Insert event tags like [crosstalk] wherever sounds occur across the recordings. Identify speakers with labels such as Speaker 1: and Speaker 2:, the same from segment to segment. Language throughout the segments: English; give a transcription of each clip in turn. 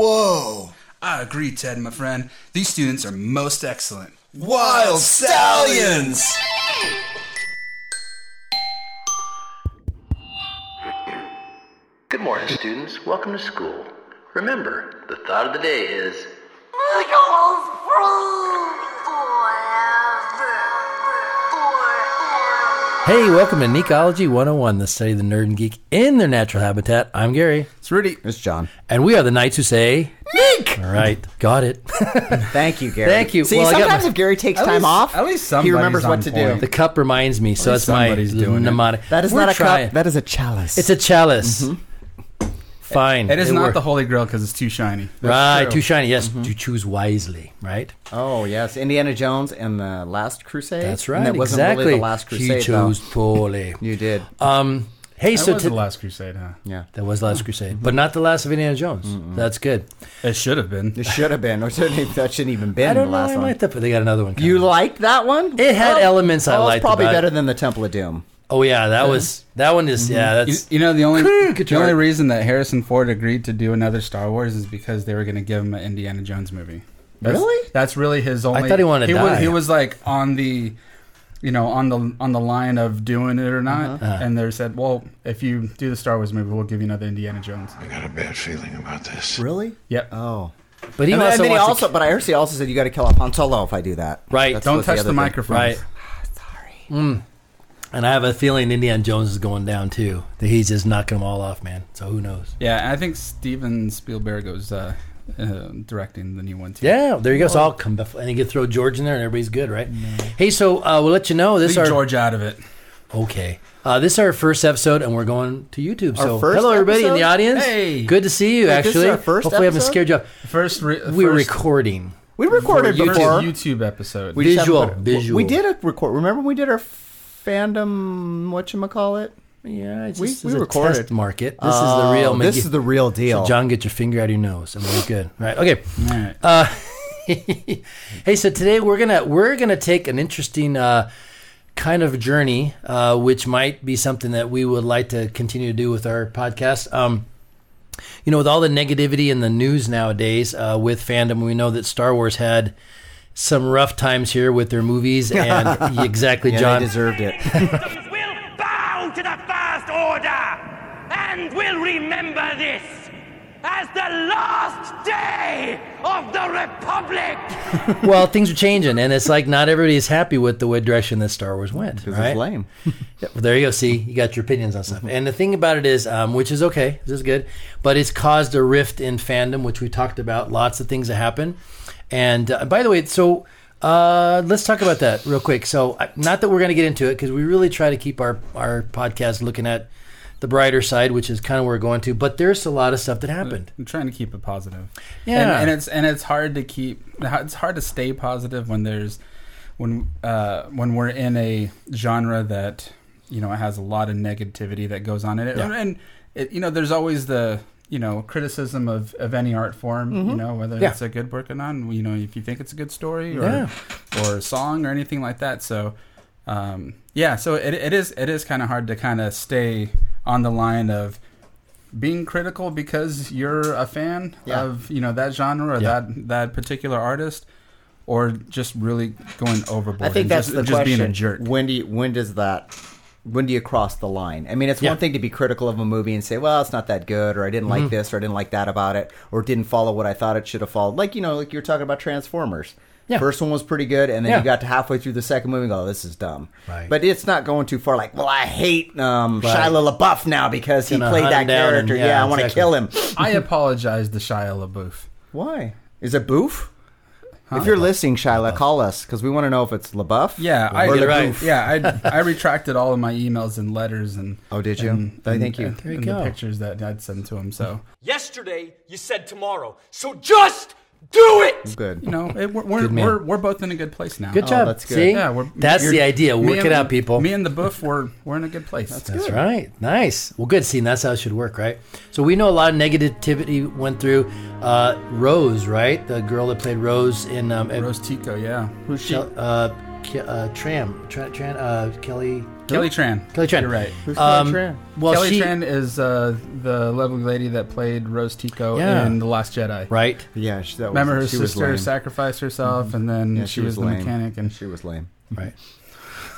Speaker 1: Oh. agree, Ted, my friend. These students are most excellent.
Speaker 2: Wild Stallions!
Speaker 3: Good morning, students. Welcome to school. Remember, the thought of the day is
Speaker 4: Hey, welcome to Necology 101, the study of the nerd and geek in their natural habitat. I'm Gary,
Speaker 5: It's Rudy. It's John.
Speaker 4: and we are the Knights Who Say Nick! All right,
Speaker 5: [laughs]
Speaker 4: got it.
Speaker 5: Thank you, Gary.
Speaker 4: Thank you.
Speaker 5: See,
Speaker 4: Well, I got
Speaker 5: sometimes
Speaker 4: my-
Speaker 5: if Gary takes
Speaker 2: At
Speaker 5: time
Speaker 2: least-
Speaker 5: off,
Speaker 2: at least
Speaker 5: he remembers
Speaker 2: somebody's on
Speaker 5: what to
Speaker 2: point.
Speaker 5: do.
Speaker 4: the cup reminds me, so that's my
Speaker 1: somebody's doing it.
Speaker 4: mnemonic.
Speaker 5: That is
Speaker 4: We're
Speaker 5: not a
Speaker 4: trying.
Speaker 5: cup. Mm-hmm. That is a chalice.
Speaker 4: It's a chalice. Fine.
Speaker 1: It is not
Speaker 4: worked.
Speaker 1: the holy grail because it's too shiny.
Speaker 4: Right, too shiny. Yes,
Speaker 5: Mm-hmm.
Speaker 4: you choose wisely, right?
Speaker 5: oh yes, Indiana Jones and the Last Crusade.
Speaker 4: That's
Speaker 5: And
Speaker 4: right.
Speaker 5: that wasn't
Speaker 4: exactly.
Speaker 5: really the Last
Speaker 4: you
Speaker 5: Crusade.
Speaker 4: chose
Speaker 5: though.
Speaker 4: poorly.
Speaker 5: [laughs] You did.
Speaker 4: Um, hey,
Speaker 1: That
Speaker 4: so
Speaker 1: was
Speaker 4: to-
Speaker 1: the last crusade, huh?
Speaker 5: yeah. Mm-hmm.
Speaker 4: that was the Last Crusade, but not the last of Indiana Jones. That's good.
Speaker 1: It should have been.
Speaker 5: It should have been, or shouldn't even, that shouldn't even been
Speaker 4: I
Speaker 5: the
Speaker 4: don't know.
Speaker 5: last
Speaker 4: I
Speaker 5: one.
Speaker 4: might have, they got another one.
Speaker 5: You
Speaker 4: coming.
Speaker 5: liked that one?
Speaker 4: It had elements I
Speaker 5: oh, it's
Speaker 4: liked
Speaker 5: Probably
Speaker 4: about it.
Speaker 5: better than Mm-hmm. the Temple of Doom.
Speaker 4: Oh yeah, that was that one is yeah.
Speaker 1: You,
Speaker 4: That's
Speaker 1: you know the only
Speaker 4: [laughs] Good
Speaker 1: the only
Speaker 4: job.
Speaker 1: reason that Harrison Ford agreed to do another Star Wars is because they were going to give him an Indiana Jones movie. That's,
Speaker 5: Really?
Speaker 1: That's really his only.
Speaker 4: thought he wanted to
Speaker 1: Was,
Speaker 4: die.
Speaker 1: he was like on the, you know, on the on the line of doing it or not,
Speaker 4: Uh-huh.
Speaker 1: and they said, "Well, if you do the Star Wars movie, we'll give you another Indiana Jones."
Speaker 6: I got a bad feeling about this.
Speaker 5: Really?
Speaker 1: Yep.
Speaker 5: Oh.
Speaker 4: but he
Speaker 5: And, then-
Speaker 4: also
Speaker 5: and then he
Speaker 4: wants to-
Speaker 5: also, but I heard he also said you got to kill off Han Solo if I do that.
Speaker 4: Right.
Speaker 5: That's
Speaker 1: Don't
Speaker 5: what
Speaker 1: touch
Speaker 5: other
Speaker 1: the
Speaker 5: thing-
Speaker 1: microphone.
Speaker 4: right. And I have a feeling Indiana Jones is going down too. That he's just knocking them all off, man. So who knows?
Speaker 1: Yeah, and I think Steven Spielberg was uh, uh, directing the new one too.
Speaker 4: Yeah, there you go. So I'll come bef- and you can throw George in there, and everybody's good, right? Hey, so uh, we'll let you know this
Speaker 1: leave
Speaker 4: our
Speaker 1: George out of it.
Speaker 4: okay. Uh, this is our first episode, and we're going to YouTube.
Speaker 5: Our
Speaker 4: so
Speaker 5: first
Speaker 4: hello, everybody in the
Speaker 5: episode?
Speaker 4: audience.
Speaker 1: Hey.
Speaker 4: good to see you.
Speaker 5: Wait, this is
Speaker 4: actually,
Speaker 5: our first
Speaker 4: hopefully, I haven't
Speaker 5: episode?
Speaker 4: scared you. up.
Speaker 1: First, re-
Speaker 4: We were
Speaker 1: first-
Speaker 4: recording
Speaker 5: We recorded
Speaker 1: first
Speaker 5: before.
Speaker 1: YouTube episode.
Speaker 5: We just
Speaker 4: Visual,
Speaker 5: haven't put it-
Speaker 4: visual.
Speaker 5: We did a record. Remember when we did our fandom whatchamacallit?
Speaker 4: Yeah, it's
Speaker 5: We-
Speaker 4: just
Speaker 5: we
Speaker 4: as a
Speaker 5: recorded.
Speaker 4: test market. This is the real.
Speaker 5: Oh, This
Speaker 4: Mickey-
Speaker 5: is the real deal.
Speaker 4: So John, get your finger out of your nose, and we're good. All right. Okay.
Speaker 1: All right.
Speaker 4: Uh, hey, so today we're gonna we're gonna take an interesting uh, kind of journey, uh, which might be something that we would like to continue to do with our podcast. Um, you know, with all the negativity in the news nowadays uh, with fandom, we know that Star Wars had some rough times here with
Speaker 5: [laughs]
Speaker 4: their movies, and exactly,
Speaker 5: yeah,
Speaker 4: John.
Speaker 5: they
Speaker 7: [laughs]
Speaker 5: deserved [laughs] it.
Speaker 7: soldiers will bow to the first order and will remember this as the last day of the Republic.
Speaker 4: well, things are changing, and it's like not everybody is happy with the way direction that Star Wars went.
Speaker 5: Because
Speaker 4: right?
Speaker 5: it's lame. [laughs]
Speaker 4: Yeah, well, there you go. See, you got your opinions on stuff. And the thing about it is, um, which is okay, this is good, but it's caused a rift in fandom, which we talked about. Lots of things that happen. And uh, by the way, so uh, let's talk about that real quick. So, I- not that we're going to get into it because we really try to keep our our podcast looking at the brighter side, which is kind of where we're going to. But there's a lot of stuff that happened.
Speaker 1: I'm trying to keep it positive.
Speaker 4: Yeah.
Speaker 1: and, and it's and it's hard to keep. It's hard to stay positive when there's when uh, when we're in a genre that you know has a lot of negativity that goes on in it, and it, you know there's always the you know criticism of of any art form. You know whether
Speaker 4: Mm-hmm. Yeah.
Speaker 1: it's a good work or not. You know if you think it's a good story or
Speaker 4: Yeah.
Speaker 1: or song or anything like that. So. Um, yeah, so it, it is it is kind of hard to kind of stay on the line of being critical because you're a fan
Speaker 5: Yeah.
Speaker 1: of you know that genre or
Speaker 4: Yeah.
Speaker 1: that that particular artist or just really going overboard
Speaker 5: I think
Speaker 1: and
Speaker 5: that's
Speaker 1: just,
Speaker 5: the
Speaker 1: just
Speaker 5: question.
Speaker 1: being a jerk
Speaker 5: When do you, when does that? When do you cross the line? I mean, it's
Speaker 4: Yeah. Mm-hmm.
Speaker 5: one thing to be critical of a movie and say, "Well, it's not that good," or "I didn't like this," or "I didn't like that about it," or "Didn't follow what I thought it should have followed." Like you know, like you're talking about Transformers.
Speaker 4: Yeah.
Speaker 5: First one was pretty good, and then
Speaker 4: Yeah.
Speaker 5: you got to halfway through the second movie and go, oh, "This is dumb."
Speaker 4: Right.
Speaker 5: But it's not going too far. Like, well, I hate um,
Speaker 4: Right.
Speaker 5: Shia LaBeouf now because he
Speaker 4: Gonna
Speaker 5: played
Speaker 4: hunt
Speaker 5: that
Speaker 4: him down and-
Speaker 5: character.
Speaker 4: yeah,
Speaker 5: yeah, I want to
Speaker 4: exactly.
Speaker 5: kill him.
Speaker 4: [laughs]
Speaker 1: i apologize to shia labeouf
Speaker 5: Why? Is it Boof? If you're listening, Shia, call us because we want to know if it's LaBeouf.
Speaker 1: yeah i
Speaker 5: or LaBeouf.
Speaker 4: you're right.
Speaker 1: yeah [laughs] i i retracted all of my emails and letters and
Speaker 5: Oh, did you?
Speaker 1: and,
Speaker 5: Oh,
Speaker 1: and-
Speaker 5: thank you.
Speaker 1: and,
Speaker 4: There you
Speaker 1: and
Speaker 4: go.
Speaker 1: the pictures that i'd send to him so
Speaker 8: Yesterday, you said tomorrow. So just do it!
Speaker 5: Good.
Speaker 1: you know it, we're, we're,
Speaker 4: Good man.
Speaker 1: we're we're both in a good place now Oh,
Speaker 4: Good job.
Speaker 5: that's good.
Speaker 4: See,
Speaker 1: yeah we're,
Speaker 4: that's
Speaker 1: you're-
Speaker 4: the idea.
Speaker 1: me
Speaker 4: Work
Speaker 1: and-
Speaker 4: it out, people.
Speaker 1: me and the boof we're we're in a good place that's
Speaker 4: That's right. Nice. Well, good. See, and that's how it should work, right? So we know a lot of negativity went through uh, Rose, right? The girl that played Rose in um, at-
Speaker 1: rose tico yeah
Speaker 4: Shel- uh, Ke- uh, Tram, Tran, Tran, uh, Kelly
Speaker 1: Kelly Tran.
Speaker 4: Kelly Tran.
Speaker 1: You're right.
Speaker 5: Who's
Speaker 4: Um,
Speaker 5: Tran?
Speaker 4: Well,
Speaker 1: Kelly
Speaker 4: she,
Speaker 1: Tran is uh, the lovely lady that played Rose Tico
Speaker 4: Yeah.
Speaker 1: in The Last Jedi.
Speaker 4: right?
Speaker 5: Yeah, she, that was,
Speaker 1: Remember her
Speaker 5: she was
Speaker 1: sister
Speaker 5: lame.
Speaker 1: sacrificed herself, and then
Speaker 5: Yeah,
Speaker 1: she, was, the
Speaker 5: lame.
Speaker 1: mechanic, and
Speaker 5: she was lame.
Speaker 4: Right.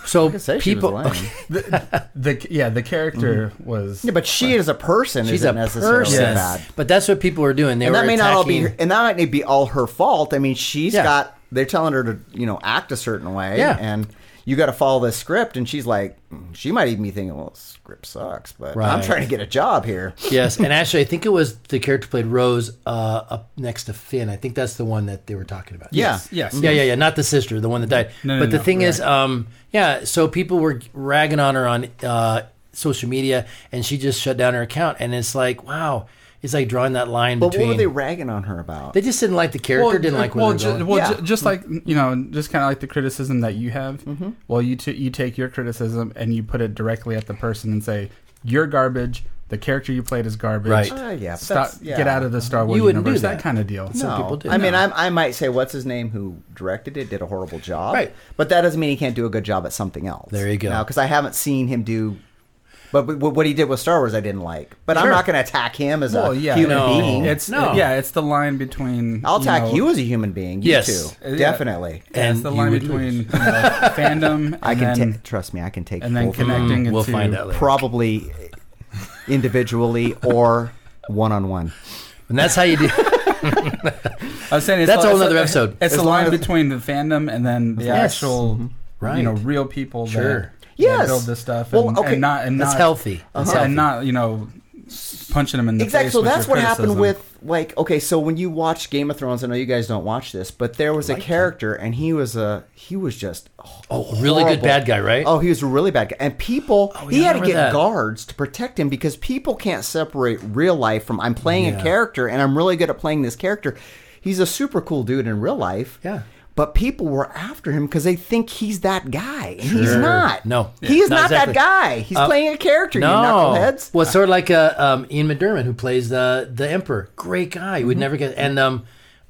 Speaker 4: So
Speaker 5: I could say she was
Speaker 4: people,
Speaker 5: lame.
Speaker 1: [laughs]
Speaker 4: okay,
Speaker 1: the yeah the character was
Speaker 5: Yeah, but she as a person
Speaker 4: [laughs] she's a
Speaker 5: isn't necessarily
Speaker 4: person,
Speaker 1: Yes.
Speaker 5: bad.
Speaker 4: but that's what people are doing. They
Speaker 5: And
Speaker 4: were
Speaker 5: that may not all be,
Speaker 4: attacking-
Speaker 5: and that might be all her fault. I mean, she's
Speaker 4: Yeah.
Speaker 5: got. They're telling her to, you know, act a certain way,
Speaker 4: Yeah.
Speaker 5: and you got to follow this script. And she's like, "Mm, she might even be thinking, well, this script sucks, but I'm
Speaker 4: Right.
Speaker 5: trying to get a job here.
Speaker 4: [laughs] yes, and actually, I think it was the character played Rose uh, up next to Finn. I think that's the one that they were talking about.
Speaker 5: Yeah.
Speaker 1: yes
Speaker 4: Yeah, yeah, yeah. Not the sister, the one that died.
Speaker 1: No, no,
Speaker 4: but the
Speaker 1: no,
Speaker 4: thing is, um, yeah. So people were ragging on her on uh, social media, and she just shut down her account. And it's like, wow, it's like drawing that line
Speaker 5: But
Speaker 4: between.
Speaker 5: what were they ragging on her about?
Speaker 4: They just didn't like the character. didn't like where
Speaker 1: well,
Speaker 4: they were
Speaker 1: ju-
Speaker 4: going.
Speaker 1: well
Speaker 5: Yeah.
Speaker 1: ju- just like
Speaker 4: Mm-hmm.
Speaker 1: you know, just kind of like the criticism that you have. Well, you t- you take your criticism and you put it directly at the person and say, "You're garbage. The character you played is garbage.
Speaker 4: Right.
Speaker 5: Ah, yeah, but
Speaker 1: Stop.
Speaker 5: that's- yeah.
Speaker 1: Get out of the Star Wars
Speaker 4: You wouldn't do
Speaker 1: universe.
Speaker 4: that.
Speaker 1: kind of deal.
Speaker 4: No. people do.
Speaker 5: I mean,
Speaker 4: No.
Speaker 5: I'm, I might say, what's his name who directed it did a horrible job,
Speaker 4: Right.
Speaker 5: But that doesn't mean he can't do a good job at something else.
Speaker 4: There you go.
Speaker 5: Because I haven't seen him do. But, but what he did with Star Wars, I didn't like. But I'm
Speaker 4: Sure.
Speaker 5: not going to attack him as
Speaker 1: Well,
Speaker 5: a
Speaker 1: yeah,
Speaker 5: human
Speaker 4: No.
Speaker 5: being.
Speaker 1: It's
Speaker 4: No.
Speaker 1: yeah, it's the line between.
Speaker 5: I'll attack
Speaker 1: know, Uh,
Speaker 5: you as a human being. You
Speaker 4: Yes.
Speaker 5: too,
Speaker 1: Yeah.
Speaker 5: definitely.
Speaker 1: yeah, it's
Speaker 4: And
Speaker 1: the
Speaker 4: you
Speaker 1: line
Speaker 4: would
Speaker 1: between
Speaker 4: lose.
Speaker 1: you know, [laughs] fandom.
Speaker 5: I can
Speaker 1: and then,
Speaker 5: ta- trust me. I can take
Speaker 1: and then
Speaker 5: both of them.
Speaker 1: connecting.
Speaker 4: Mm, We'll
Speaker 1: into-
Speaker 4: find out
Speaker 1: [laughs]
Speaker 4: later.
Speaker 5: probably individually or one on one.
Speaker 4: And that's how
Speaker 1: [laughs]
Speaker 4: you do.
Speaker 1: I was saying it's
Speaker 4: That's
Speaker 1: the-
Speaker 4: a whole
Speaker 1: it's
Speaker 4: nother
Speaker 1: the-
Speaker 4: episode.
Speaker 1: It's
Speaker 5: As
Speaker 1: the
Speaker 5: long
Speaker 1: line
Speaker 5: as-
Speaker 1: between the fandom and then the
Speaker 4: Yes.
Speaker 1: actual,
Speaker 4: Right.
Speaker 1: you know, real people
Speaker 4: Sure.
Speaker 1: that, that
Speaker 5: Yes.
Speaker 1: build this stuff.
Speaker 5: Well,
Speaker 1: and,
Speaker 5: okay.
Speaker 1: and not and
Speaker 4: That's
Speaker 1: not
Speaker 4: healthy. That's
Speaker 1: and
Speaker 4: healthy.
Speaker 1: not you know punching them in the
Speaker 5: Exactly.
Speaker 1: face.
Speaker 5: So
Speaker 1: with
Speaker 5: that's
Speaker 1: your
Speaker 5: what happened
Speaker 1: criticism.
Speaker 5: with like okay. So when you watch Game of Thrones, I know you guys don't watch this, but there was a character, and he was a he was just
Speaker 4: Oh, really good
Speaker 5: horrible.
Speaker 4: bad guy, right? Oh,
Speaker 5: Oh, he was a really bad guy, and people
Speaker 4: yeah,
Speaker 5: he
Speaker 4: I
Speaker 5: had to
Speaker 4: remember
Speaker 5: get
Speaker 4: that.
Speaker 5: guards to protect him because people can't separate real life from I'm playing
Speaker 4: Yeah.
Speaker 5: a character and I'm really good at playing this character. He's a super cool dude in real life.
Speaker 4: Yeah.
Speaker 5: But people were after him because they think he's that guy. And He's not.
Speaker 4: No.
Speaker 5: he
Speaker 4: Yeah.
Speaker 5: is
Speaker 4: No,
Speaker 5: not
Speaker 4: exactly.
Speaker 5: that guy. He's
Speaker 4: Uh,
Speaker 5: playing a character. You knuckleheads.
Speaker 4: Well, it's sort of like uh, um, Ian McDermott who plays the the Emperor. Great guy. You would
Speaker 5: Mm-hmm.
Speaker 4: never get. And um,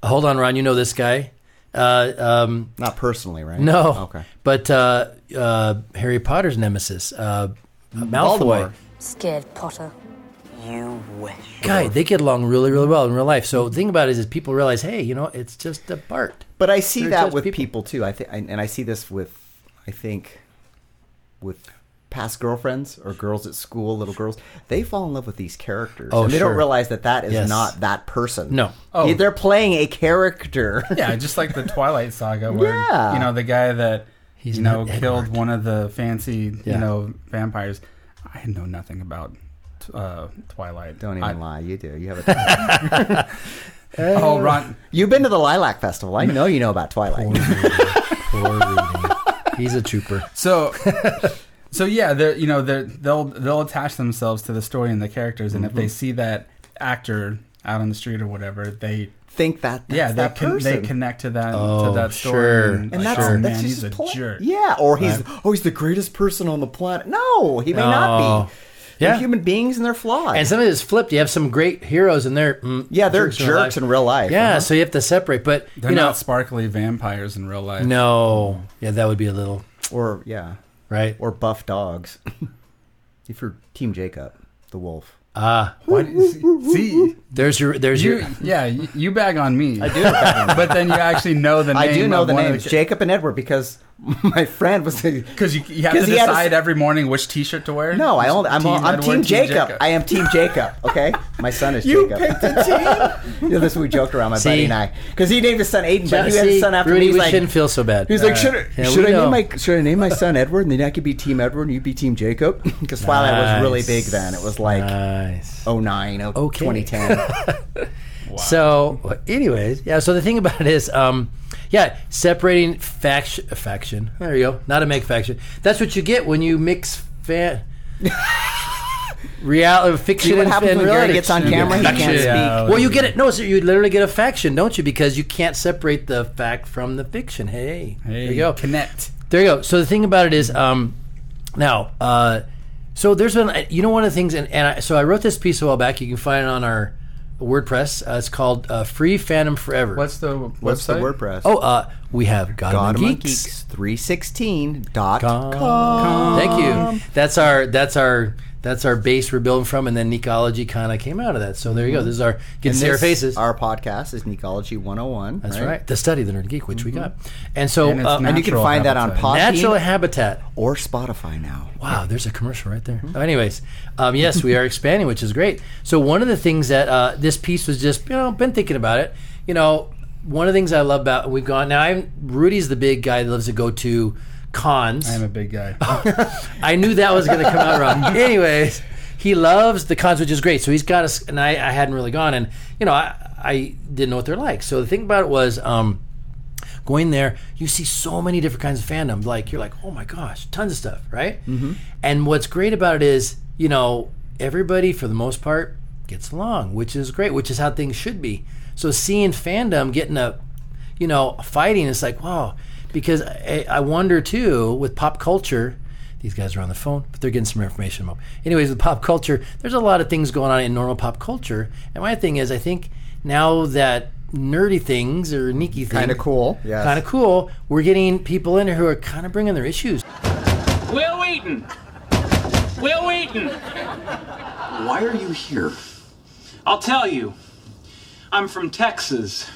Speaker 4: hold on, Ron. You know this guy. Uh, um,
Speaker 5: Not personally, right?
Speaker 4: no.
Speaker 5: Okay.
Speaker 4: But uh, uh, Harry Potter's nemesis, uh, Malfoy.
Speaker 5: Voldemort.
Speaker 9: Scared, Potter.
Speaker 7: You wish.
Speaker 4: Guy, they get along really, really well in real life. So the thing about it is, is people realize, hey, you know, it's just a part.
Speaker 5: But I see
Speaker 4: They're
Speaker 5: that
Speaker 4: just
Speaker 5: with
Speaker 4: people.
Speaker 5: people, too. I think, and I see this with, I think, with past girlfriends or girls at school, little girls. They fall in love with these characters,
Speaker 4: Oh,
Speaker 5: and they
Speaker 4: sure.
Speaker 5: don't realize that that is
Speaker 4: Yes.
Speaker 5: not that person.
Speaker 4: No.
Speaker 5: oh. they're playing a
Speaker 4: [laughs]
Speaker 5: character.
Speaker 1: yeah, just like the Twilight Saga, where
Speaker 5: Yeah.
Speaker 1: you know the guy that
Speaker 4: He's
Speaker 1: you know
Speaker 4: not
Speaker 1: killed
Speaker 4: Edward.
Speaker 1: one of the fancy
Speaker 4: Yeah.
Speaker 1: you know vampires. I know nothing about uh, Twilight.
Speaker 5: Don't even
Speaker 1: I,
Speaker 5: lie. You do. You have a. [laughs]
Speaker 1: Oh, Ron.
Speaker 5: You've been to the Lilac Festival. I know you know about Twilight.
Speaker 4: Poor Rudy. He's a trooper.
Speaker 1: So, so yeah, they're you know they're, they'll they'll attach themselves to the story and the characters, and if
Speaker 5: Mm-hmm.
Speaker 1: they see that actor out on the street or whatever, they
Speaker 5: [laughs] Think that. That's
Speaker 1: yeah they
Speaker 5: that
Speaker 1: con- they
Speaker 5: person.
Speaker 1: connect to that
Speaker 4: Oh,
Speaker 1: to that story,
Speaker 4: sure.
Speaker 1: and,
Speaker 5: And
Speaker 1: like,
Speaker 5: that's,
Speaker 1: oh
Speaker 5: that's
Speaker 1: man,
Speaker 5: just
Speaker 1: he's a
Speaker 5: pla-
Speaker 1: jerk.
Speaker 5: Yeah, or he's oh he's the greatest person on the planet. No, he may not
Speaker 1: Oh.
Speaker 4: No.
Speaker 5: be. They're
Speaker 4: Yeah.
Speaker 5: human beings and they're flawed.
Speaker 4: And something that's flipped. You have some great heroes, and they're mm,
Speaker 5: yeah, they're jerks,
Speaker 4: real life.
Speaker 5: in real life. uh-huh.
Speaker 4: Yeah, so you have to separate. But
Speaker 1: They're
Speaker 4: you know,
Speaker 1: not sparkly vampires in real life.
Speaker 4: no, yeah, that would be a little
Speaker 5: or yeah,
Speaker 4: right.
Speaker 5: or buff dogs. [laughs] if you're Team Jacob, the wolf.
Speaker 1: Why do you- see,
Speaker 4: There's your there's
Speaker 1: you
Speaker 4: your
Speaker 1: yeah you, you bag on me. I
Speaker 5: do bag
Speaker 1: [laughs]
Speaker 5: on
Speaker 1: but then you actually know the name.
Speaker 5: I do know
Speaker 1: of
Speaker 5: the
Speaker 1: one of
Speaker 5: names Jacob and Edward because [laughs] my friend was.
Speaker 1: Because you, you have
Speaker 5: 'Cause
Speaker 1: to
Speaker 5: he had a-
Speaker 1: decide every morning which T-shirt to wear.
Speaker 5: No, I only, I'm,
Speaker 1: Team
Speaker 5: I'm
Speaker 1: Edward,
Speaker 5: Team Jacob. I am
Speaker 1: [laughs]
Speaker 5: Team Jacob. Okay, my son is
Speaker 1: You
Speaker 5: Jacob. picked [laughs] a team. you know, this we joked around my
Speaker 4: See?
Speaker 5: buddy and I because he named his son Aiden, but he had
Speaker 4: See,
Speaker 5: his son after
Speaker 4: Rudy,
Speaker 5: me. He's
Speaker 4: we
Speaker 5: like,
Speaker 4: shouldn't feel so bad.
Speaker 5: He's like, should,
Speaker 4: Yeah,
Speaker 5: should
Speaker 4: Uh, we
Speaker 5: I
Speaker 4: know.
Speaker 5: name my should I name my son Edward and then I could be Team Edward and you'd be Team Jacob? [laughs] Because Twilight was really
Speaker 4: Nice.
Speaker 5: big then. It was like
Speaker 4: nice.
Speaker 5: oh nine, oh
Speaker 4: Okay. [laughs]
Speaker 5: 2010.
Speaker 4: So, anyways, yeah. So the thing about it is, um, yeah, separating faction. Faction. There you go. Not a make faction. That's what you get when you mix
Speaker 5: [laughs]
Speaker 4: fan. Reality, fiction,
Speaker 5: See what
Speaker 4: and,
Speaker 5: happens
Speaker 4: and
Speaker 5: when Gary
Speaker 4: reality.
Speaker 5: gets on camera? He
Speaker 1: Faction.
Speaker 5: can't speak.
Speaker 1: Yeah.
Speaker 4: [laughs] Well, you get it. No, so you literally get a faction, don't you? Because you can't separate the fact from the fiction. Hey,
Speaker 1: Hey,
Speaker 4: there you go.
Speaker 1: Connect.
Speaker 4: There you go. So the thing about it is, um, now, uh, so there's been, you know, one of the things, and, and I, so I wrote this piece a while back. You can find it on our WordPress. Uh, it's called uh, Free Fandom Forever.
Speaker 1: What's the
Speaker 5: What's
Speaker 1: website?
Speaker 5: the WordPress?
Speaker 4: oh, uh, we have God,
Speaker 5: God
Speaker 4: Among
Speaker 5: Among
Speaker 4: Geeks.
Speaker 5: Geeks 316 dot
Speaker 4: Com. Thank you. That's our that's our that's our base we're building from, and then Nicology kind of came out of that. So there you go. This is our get to see our
Speaker 5: This-
Speaker 4: faces.
Speaker 5: Our podcast is oh Necology 101.
Speaker 4: that's right. The study of the nerd geek, which we got, and so
Speaker 1: And it's
Speaker 4: uh,
Speaker 1: nat-
Speaker 5: And you can
Speaker 1: Natural
Speaker 5: find that on
Speaker 1: Habitat.
Speaker 5: Podbean
Speaker 4: natural habitat.
Speaker 5: or Spotify now.
Speaker 4: Wow, there's a commercial right there. Anyways, um, yes, we are expanding, which is great. So one of the things that uh, this piece was just, you know, been thinking about it. You know, one of the things I love about we've gone now. I'm Rudy's the big guy that loves to go to cons.
Speaker 1: I'm a big guy.
Speaker 4: [laughs]
Speaker 1: [laughs]
Speaker 4: I knew that was going to come out wrong. Anyways, he loves the cons, which is great. So he's got us, and I, I hadn't really gone, and you know, I, I didn't know what they're like. So the thing about it was, um, going there, you see so many different kinds of fandom. Like you're like, oh my gosh, tons of stuff, right? Mm-hmm. And what's great about it is, you know, everybody for the most part gets along, which is great, which is how things should be. So seeing fandom getting a, you know, fighting, it's like wow, because I, I wonder too with pop culture. These guys are on the phone, but they're getting some information. Up. Anyways, with pop culture, there's a lot of things going on in normal pop culture. And my thing is, I think now that nerdy things or neaky things
Speaker 5: Kind of cool. Yes.
Speaker 4: kind of cool. We're getting people in here who are kind of bringing their issues.
Speaker 9: Will Wheaton! Will Wheaton!
Speaker 6: Why are you here?
Speaker 9: I'll tell you, I'm from Texas.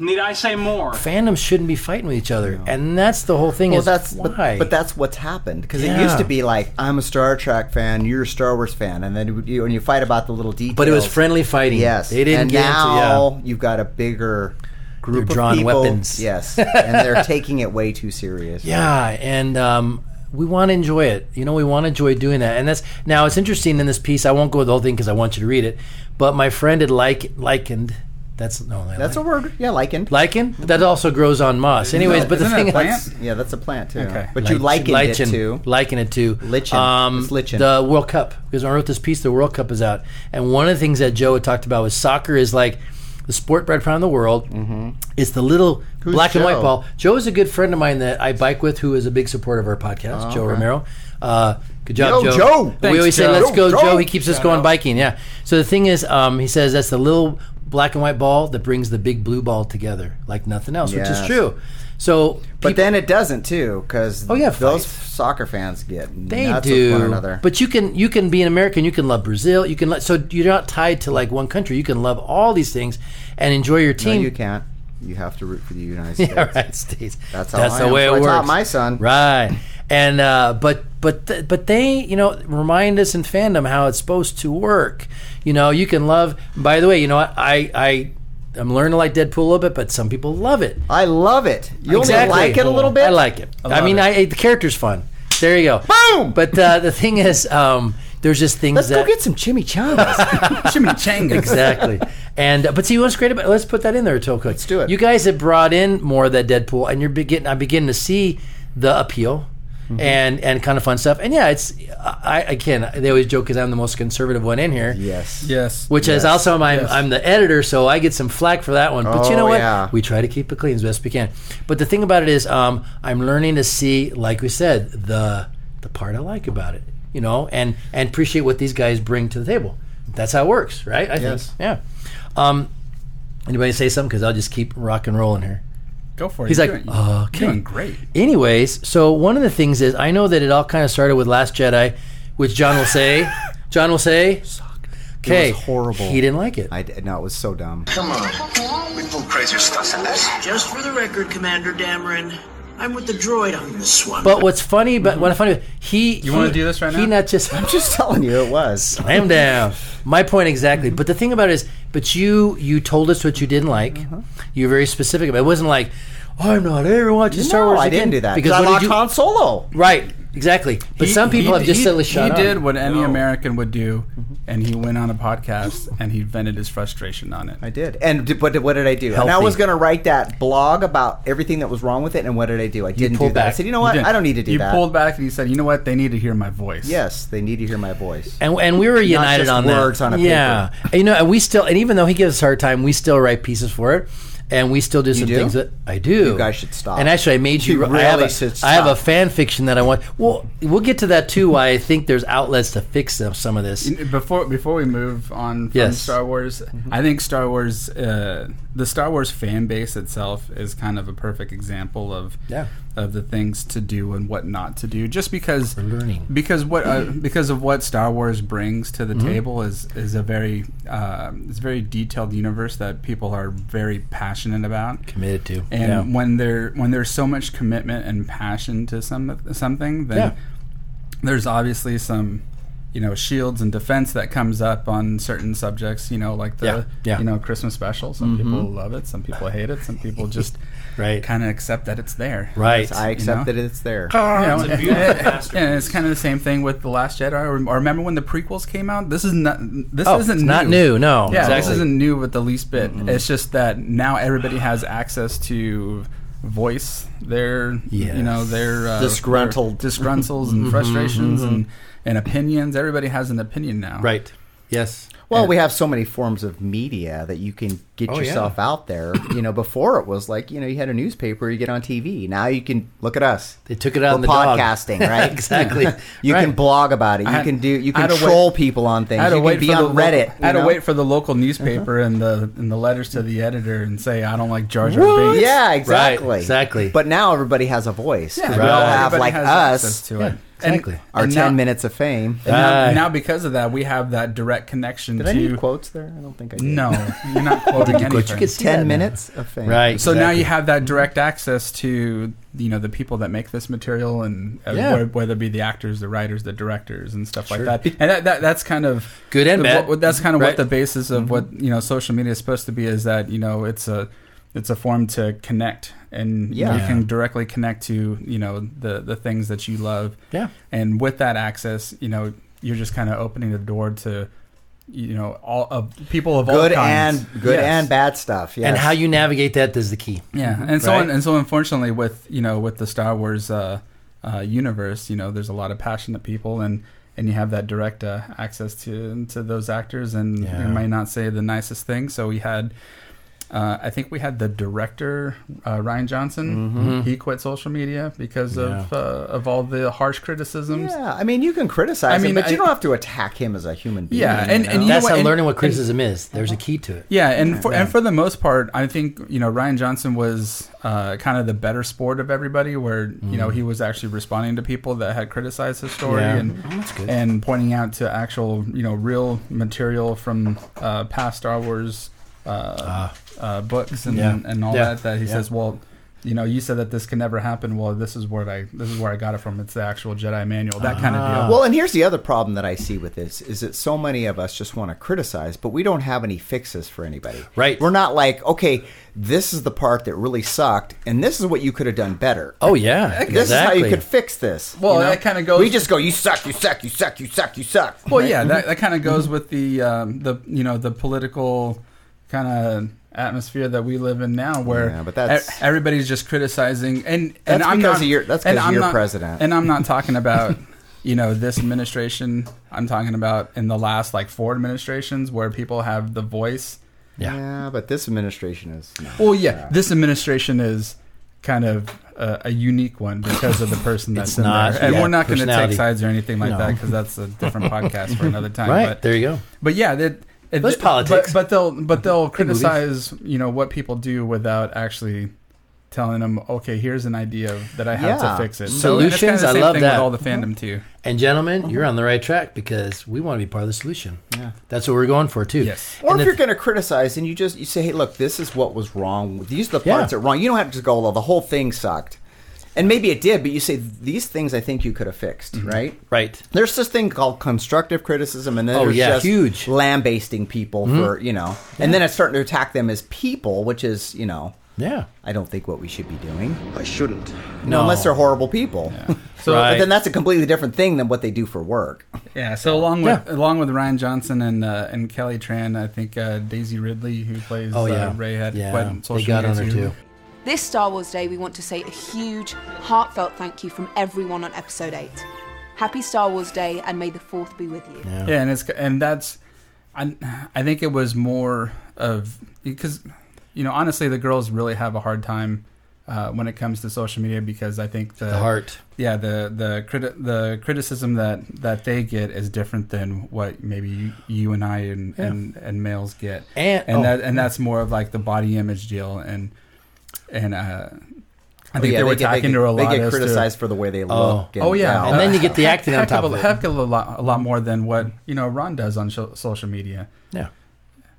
Speaker 9: Need I say more?
Speaker 4: Fandoms shouldn't be fighting with each other, and that's the whole thing.
Speaker 5: Well,
Speaker 4: is
Speaker 5: that's
Speaker 4: why.
Speaker 5: but, but that's what's happened because
Speaker 4: Yeah.
Speaker 5: it used to be like I'm a Star Trek fan, you're a Star Wars fan, and then you and you fight about the little details.
Speaker 4: But it was friendly fighting.
Speaker 5: Yes,
Speaker 4: they didn't
Speaker 5: And
Speaker 4: get
Speaker 5: now
Speaker 4: into yeah.
Speaker 5: you've got a bigger
Speaker 4: They're
Speaker 5: group
Speaker 4: drawn
Speaker 5: of people.
Speaker 4: weapons. [laughs]
Speaker 5: Yes, and they're taking it way too serious.
Speaker 4: Yeah, and um, we want to enjoy it. You know, we want to enjoy doing that. And that's now it's interesting in this piece. I won't go with the whole thing because I want you to read it. But my friend had like likened. That's no. I
Speaker 5: that's a
Speaker 4: like,
Speaker 5: word. Yeah, lichen.
Speaker 4: lichen. That also grows on moss. Anyways, but the
Speaker 1: Isn't that
Speaker 4: thing
Speaker 1: a plant?
Speaker 5: Yeah, that's a plant too.
Speaker 1: Okay.
Speaker 5: But you likened
Speaker 4: lichen,
Speaker 5: it to.
Speaker 4: liken it to um,
Speaker 5: Lichen. It's lichen.
Speaker 4: the World Cup because when I wrote this piece, the World Cup is out, and one of the things that Joe had talked about was soccer is like the sport bred around the world. Mm-hmm. It's the little black and white
Speaker 5: Joe?
Speaker 4: ball. Joe is a good friend of mine that I bike with, who is a big supporter of our
Speaker 5: Oh,
Speaker 4: podcast, Joe Romero. Uh, good job,
Speaker 5: Yo,
Speaker 4: Joe.
Speaker 5: Joe!
Speaker 4: We
Speaker 5: Thanks,
Speaker 4: always say,
Speaker 5: Joe.
Speaker 4: "Let's go, Joe."
Speaker 5: Yo,
Speaker 4: He keeps us going biking. Yeah. So the thing is, um, he says that's the little black and white ball that brings the big blue ball together, like nothing else, which is
Speaker 5: Yes.
Speaker 4: true. So,
Speaker 5: But
Speaker 4: people-
Speaker 5: then it doesn't too, because
Speaker 4: Oh, yeah,
Speaker 5: those
Speaker 4: fights.
Speaker 5: soccer fans get
Speaker 4: They
Speaker 5: nuts
Speaker 4: do,
Speaker 5: with one another.
Speaker 4: but you can you can be an American. You can love Brazil. You can lo- so you're not tied to like one country. You can love all these things and enjoy your
Speaker 5: no,
Speaker 4: team. [laughs]
Speaker 5: you can't. You have to root for the United States.
Speaker 4: Yeah, right, States.
Speaker 5: That's how I am. So I taught my son.
Speaker 4: Right, and uh, but but th- but they you know remind us in fandom how it's supposed to work. You know, you can love. By the way, you know what I I. I'm learning to like Deadpool a little bit, but some people love it.
Speaker 5: I love it. You
Speaker 4: Exactly.
Speaker 5: only like it a little bit.
Speaker 4: I like it. I,
Speaker 1: love
Speaker 4: mean,
Speaker 1: it.
Speaker 4: I the character's fun. There you go.
Speaker 5: Boom!
Speaker 4: But uh, the thing is, um, there's just things
Speaker 5: Let's go
Speaker 4: that
Speaker 5: get some chimichangas.
Speaker 1: Chimichangas.
Speaker 4: [laughs] exactly. And uh, but see what's great about let's put that in there, Toco. Let's
Speaker 5: do it.
Speaker 4: You guys have brought in more of that Deadpool, and you're beginning. I'm beginning to see the appeal.
Speaker 5: Mm-hmm.
Speaker 4: And and kind of fun stuff, and yeah, it's I again they always joke because I'm the most conservative one in here.
Speaker 5: [laughs] yes.
Speaker 1: Yes.
Speaker 4: Which is also I'm, I'm the editor, so I get some flack for that one. But you
Speaker 5: Oh,
Speaker 4: know what?
Speaker 5: yeah.
Speaker 4: We try to keep it clean as best we can. But the thing about it is, um, I'm learning to see, like we said, the the part I like about it, you know, and and appreciate what these guys bring to the table. That's how it works, right? I
Speaker 5: Yes.
Speaker 4: think. Yeah. Um, anybody say something? Because I'll just keep rock and rolling here.
Speaker 1: Go for it.
Speaker 4: He's
Speaker 1: You're
Speaker 4: like,
Speaker 1: doing,
Speaker 4: "Oh, "Okay."
Speaker 1: you're doing great.
Speaker 4: Anyways, so one of the things is I know that it all kind of started with Last Jedi, which John
Speaker 5: [laughs]
Speaker 4: will say. John will say. Okay.
Speaker 5: It was horrible.
Speaker 4: He didn't like it.
Speaker 5: I did. No, it was so dumb. [laughs]
Speaker 6: Come on. We pulled crazier stuff than this.
Speaker 10: Just for the record, Commander Dameron, I'm with the droid on this one.
Speaker 4: But what's funny, but what funny, he. You
Speaker 1: wanna do this right
Speaker 4: He
Speaker 1: now?
Speaker 4: not just.
Speaker 5: I'm [laughs] just telling you, it was.
Speaker 4: slam down. My point exactly. But the thing about it is, but you you told us what you didn't like.
Speaker 1: Mm-hmm.
Speaker 4: You were very specific about it. It wasn't like, I'm not ever watching Star
Speaker 5: no,
Speaker 4: Wars.
Speaker 5: I
Speaker 4: again."
Speaker 5: didn't do that
Speaker 4: Because
Speaker 5: because I
Speaker 4: what did
Speaker 5: locked
Speaker 4: you-
Speaker 5: Han Solo.
Speaker 4: Right, exactly. But
Speaker 1: He-
Speaker 4: some people
Speaker 1: he-
Speaker 4: have just
Speaker 1: he-
Speaker 4: said, shut
Speaker 1: He
Speaker 4: up. Mm-hmm.
Speaker 1: did what any American would do, and he went on a podcast and he vented his frustration on it.
Speaker 5: I did. And d- but what did I do? And I
Speaker 4: Healthy.
Speaker 5: was going to write that blog about everything that was wrong with it. And what did I do? I didn't do
Speaker 4: pulled
Speaker 5: that. I
Speaker 4: back.
Speaker 5: said, you know what?
Speaker 1: You didn't.
Speaker 5: I don't need to do
Speaker 1: you
Speaker 5: that.
Speaker 1: pulled back and you said, you know what? They need to hear my voice.
Speaker 5: Yes, they need to hear my
Speaker 4: [laughs]
Speaker 5: voice.
Speaker 4: and, and we were united
Speaker 5: just
Speaker 4: on
Speaker 5: words
Speaker 4: that.
Speaker 5: on a
Speaker 4: yeah, And, you know, and we still, and even though he gives us a hard time, we still write pieces for it. and we still do some
Speaker 5: do?
Speaker 4: things that I do.
Speaker 5: You guys should stop.
Speaker 4: And actually, I made you.
Speaker 5: You
Speaker 4: I, have
Speaker 5: really
Speaker 4: a,
Speaker 5: should
Speaker 4: I have a
Speaker 5: stop.
Speaker 4: fan fiction that I want. Well, we'll get to that too. Why I think there's outlets to fix up some of this.
Speaker 1: Before before we move on from
Speaker 4: Yes. Mm-hmm.
Speaker 1: Star Wars, I think Star Wars, uh, the Star Wars fan base itself is kind of a perfect example of
Speaker 4: Yeah.
Speaker 1: of the things to do and what not to do. Just because
Speaker 4: learning.
Speaker 1: because what uh,
Speaker 4: Mm-hmm.
Speaker 1: because of what Star Wars brings to the table is is a very um it's a very detailed universe that people are very passionate about.
Speaker 4: Committed to.
Speaker 1: And
Speaker 4: Yeah.
Speaker 1: when there when there's so much commitment and passion to some something, then
Speaker 4: Yeah.
Speaker 1: there's obviously some you know shields and defense that comes up on certain subjects. You know, like the
Speaker 4: Yeah, yeah. Mm-hmm.
Speaker 1: you know Christmas special. Some people love it, some people hate it, some people just
Speaker 4: [laughs] Right.
Speaker 1: kind of accept that it's there.
Speaker 4: Right.
Speaker 5: I accept
Speaker 1: know?
Speaker 5: that it's there.
Speaker 1: You know,
Speaker 8: It's a beautiful
Speaker 1: and,
Speaker 8: masterpiece.
Speaker 1: it's kind of the same thing with the Last Jedi. Or, or remember when the prequels came out? This is not. This
Speaker 4: Oh,
Speaker 1: isn't
Speaker 4: it's not new, no,
Speaker 1: yeah, this
Speaker 4: exactly.
Speaker 1: isn't new with the least bit.
Speaker 5: Mm-hmm.
Speaker 1: It's just that now everybody has access to voice their you know their uh,
Speaker 5: Disgruntled.
Speaker 1: their disgruntles
Speaker 4: Mm-hmm,
Speaker 1: and frustrations and and opinions. Everybody has an opinion now.
Speaker 4: right. Yes.
Speaker 5: Well, we have so many forms of media that you can get
Speaker 4: Oh,
Speaker 5: yourself out there. You know, before it was like you know you had a newspaper, you get on TV. Now you can look at us.
Speaker 4: They took it out
Speaker 5: We're
Speaker 4: on the dog.
Speaker 5: podcasting,
Speaker 1: [laughs]
Speaker 5: right?
Speaker 4: [laughs] Exactly.
Speaker 5: You
Speaker 4: Right.
Speaker 5: can blog about it. You
Speaker 1: I had-
Speaker 5: can do. You
Speaker 1: I had
Speaker 5: can
Speaker 1: to wait-
Speaker 5: troll people on things.
Speaker 1: I had to
Speaker 5: you
Speaker 1: wait
Speaker 5: can be
Speaker 1: for
Speaker 5: on
Speaker 1: the
Speaker 5: Reddit.
Speaker 1: Local, I had
Speaker 5: you
Speaker 1: to
Speaker 5: know? Uh-huh.
Speaker 1: wait for the local newspaper and the and the letters to the editor and say I don't like Jar Jar Binks.
Speaker 5: Yeah, exactly.
Speaker 4: exactly.
Speaker 5: But now everybody has a voice. 'cause
Speaker 1: Yeah,
Speaker 5: We all
Speaker 4: right.
Speaker 5: have
Speaker 1: everybody
Speaker 5: like
Speaker 1: has
Speaker 5: us
Speaker 1: access to it.
Speaker 4: exactly. Ah,
Speaker 5: our
Speaker 1: and
Speaker 5: ten
Speaker 1: now-
Speaker 5: minutes of fame.
Speaker 1: And now,
Speaker 4: Aye.
Speaker 1: now because of that, we have that direct connection
Speaker 5: Did
Speaker 1: to
Speaker 5: I need quotes there? I don't think I did.
Speaker 1: no, you're not quoting anything.
Speaker 4: But you could see that
Speaker 5: ten
Speaker 4: now.
Speaker 5: minutes of fame.
Speaker 4: Right.
Speaker 1: so now
Speaker 4: exactly.
Speaker 1: you have that direct access to you know the people that make this material, and uh,
Speaker 4: Yeah.
Speaker 1: whe- whether it be the actors, the writers, the directors, and stuff
Speaker 4: Sure.
Speaker 1: like that. And that, that that's kind of
Speaker 4: Good and
Speaker 1: the-
Speaker 4: bad.
Speaker 1: what- that's kind of
Speaker 4: Right. Mm-hmm.
Speaker 1: what the basis of what you know social media is supposed to be is that you know it's a it's a form to connect, and
Speaker 5: Yeah.
Speaker 1: you can directly connect to you know the the things that you love.
Speaker 4: Yeah.
Speaker 1: and with that access, you know, you're just kind of opening the door to, you know, all of people of
Speaker 5: Good
Speaker 1: all kinds.
Speaker 5: and good
Speaker 1: Yes.
Speaker 5: and bad stuff. Yes.
Speaker 4: And how you navigate that is the key.
Speaker 1: Yeah, and so
Speaker 4: Mm-hmm. Right.
Speaker 1: and so unfortunately, with you know, with the Star Wars uh, uh, universe, you know, there's a lot of passionate people and. And you have that direct uh, access to to those actors, and
Speaker 4: Yeah.
Speaker 1: you might not say the nicest thing. So we had, uh, I think we had the director uh, Ryan Johnson.
Speaker 4: Mm-hmm.
Speaker 1: He quit social media because of uh, of all the harsh criticisms.
Speaker 5: Yeah, I mean, you can criticize
Speaker 1: I
Speaker 5: him,
Speaker 1: mean,
Speaker 5: but you
Speaker 1: I-
Speaker 5: don't have to attack him as a human being.
Speaker 1: Yeah,
Speaker 5: you
Speaker 1: and-
Speaker 5: know?
Speaker 1: and you
Speaker 4: That's
Speaker 1: know
Speaker 4: how
Speaker 1: what, and-
Speaker 4: learning what criticism is. There's a key to it.
Speaker 1: Yeah, and for and for the most part, I think you know Ryan Johnson was uh, kind of the better sport of everybody, where you know he was actually responding to people that had criticized his story
Speaker 4: Mm. Yeah.
Speaker 1: and
Speaker 4: Oh, that's good.
Speaker 1: and pointing out to actual you know real material from uh, past Star Wars uh, uh, books and
Speaker 4: Ah. Yeah.
Speaker 1: and all
Speaker 4: Yeah.
Speaker 1: that that he
Speaker 4: Yeah.
Speaker 1: says well. You know, you said that this can never happen. Well, this is where I this is where I got it from. It's the actual Jedi manual, that kind of deal.
Speaker 4: Ah.
Speaker 5: Well, and here's the other problem that I see with this is that so many of us just want to criticize, but we don't have any fixes for anybody.
Speaker 4: Right.
Speaker 5: We're not like, okay, this is the part that really sucked, and this is what you could have done better.
Speaker 4: Oh yeah.
Speaker 5: This is how you could fix this.
Speaker 1: Well,
Speaker 5: you
Speaker 1: that kinda goes-
Speaker 5: We just go, you suck, you suck, you suck, you suck, you suck.
Speaker 1: Well,
Speaker 5: Right? Mm-hmm.
Speaker 1: yeah, that, that kind of goes with the um, the you know the political kind of atmosphere that we live in now, where
Speaker 5: Yeah, but that's-
Speaker 1: e- everybody's just criticizing, and and
Speaker 5: That's
Speaker 1: I'm
Speaker 5: because
Speaker 1: not,
Speaker 5: of your- that's
Speaker 1: and
Speaker 5: 'cause
Speaker 1: I'm
Speaker 5: you're
Speaker 1: not-
Speaker 5: president.
Speaker 1: and I'm
Speaker 5: [laughs]
Speaker 1: not talking about you know this administration. I'm talking about in the last like four administrations where people have the voice.
Speaker 5: Yeah, but this administration is.
Speaker 1: Well, yeah, this administration is kind of a, a unique one because of the
Speaker 5: [laughs]
Speaker 1: person that's
Speaker 4: It's
Speaker 1: in
Speaker 4: not-
Speaker 1: there, and
Speaker 4: yeah,
Speaker 1: we're not going to take
Speaker 4: personality.
Speaker 1: sides or anything like
Speaker 4: No.
Speaker 1: that because that's a
Speaker 5: [laughs]
Speaker 1: different podcast for another time.
Speaker 4: Right
Speaker 1: but-
Speaker 4: there you go.
Speaker 1: but yeah, that it-
Speaker 4: Those
Speaker 1: but-
Speaker 4: politics.
Speaker 1: But, they'll
Speaker 4: [laughs]
Speaker 1: but they'll criticize you know what people do without actually telling them okay here's an idea that I have
Speaker 5: Yeah.
Speaker 1: to fix it.
Speaker 4: Solutions,
Speaker 1: So, and it's kinda the
Speaker 4: I
Speaker 1: same
Speaker 4: love
Speaker 1: thing
Speaker 4: that.
Speaker 1: With all the fandom too.
Speaker 4: And gentlemen, you're on the right track because we want to be part of the solution. Yeah. That's what we're going for too.
Speaker 1: Yes.
Speaker 5: Or
Speaker 4: And
Speaker 5: if
Speaker 4: if-
Speaker 5: you're going to criticize and you just you say, hey, look, this is what was wrong. These are the parts
Speaker 4: Yeah.
Speaker 5: that are wrong. You don't have to just go, well, the whole thing sucked. And maybe it did, but you say these things I think you could have fixed,
Speaker 4: Mm-hmm.
Speaker 5: right?
Speaker 4: Right.
Speaker 5: There's this thing called constructive criticism, and then
Speaker 4: Oh,
Speaker 5: there's
Speaker 4: yeah,
Speaker 5: just
Speaker 4: huge.
Speaker 5: lambasting people for you know, and then it's starting to attack them as people, which is you know,
Speaker 4: Yeah.
Speaker 5: I don't think what we should be doing,
Speaker 6: I shouldn't.
Speaker 5: no. unless they're horrible people. [laughs]
Speaker 1: So
Speaker 5: But
Speaker 4: Right.
Speaker 5: then that's a completely different thing than what they do for work.
Speaker 1: yeah, so along with along with Ryan Johnson and uh, and Kelly Tran, I think uh, Daisy Ridley who plays
Speaker 4: Oh yeah.
Speaker 1: uh, Ray had
Speaker 4: yeah.
Speaker 1: quite social
Speaker 4: they got on
Speaker 1: media
Speaker 4: there too.
Speaker 11: This Star Wars Day, we want to say a huge, heartfelt thank you from everyone on Episode 8. Happy Star Wars Day, and may the 4th be with you.
Speaker 1: Yeah, and it's and that's I I think it was more of because you know, honestly, the girls really have a hard time uh, when it comes to social media because I think the,
Speaker 4: The heart.
Speaker 1: yeah, the the criti- the criticism that that they get is different than what maybe you, you and I and,
Speaker 4: Yeah.
Speaker 1: and and males get,
Speaker 4: And-
Speaker 1: and
Speaker 4: oh.
Speaker 1: that and that's more of like the body image deal and and. uh I
Speaker 5: Oh,
Speaker 1: think
Speaker 5: yeah,
Speaker 1: they were
Speaker 5: they get- they
Speaker 1: talking
Speaker 5: get-
Speaker 1: to a
Speaker 5: they
Speaker 1: lot.
Speaker 5: get
Speaker 1: as to-
Speaker 5: criticized for the way they look and-
Speaker 1: Oh, yeah,
Speaker 5: yeah. And then you get the
Speaker 1: Heck-
Speaker 5: acting on
Speaker 1: heck
Speaker 5: top
Speaker 1: of,
Speaker 5: of
Speaker 1: a-
Speaker 5: it.
Speaker 1: Heck of a lot, a lot more than what you know Ron does on sho- social media.
Speaker 4: Yeah.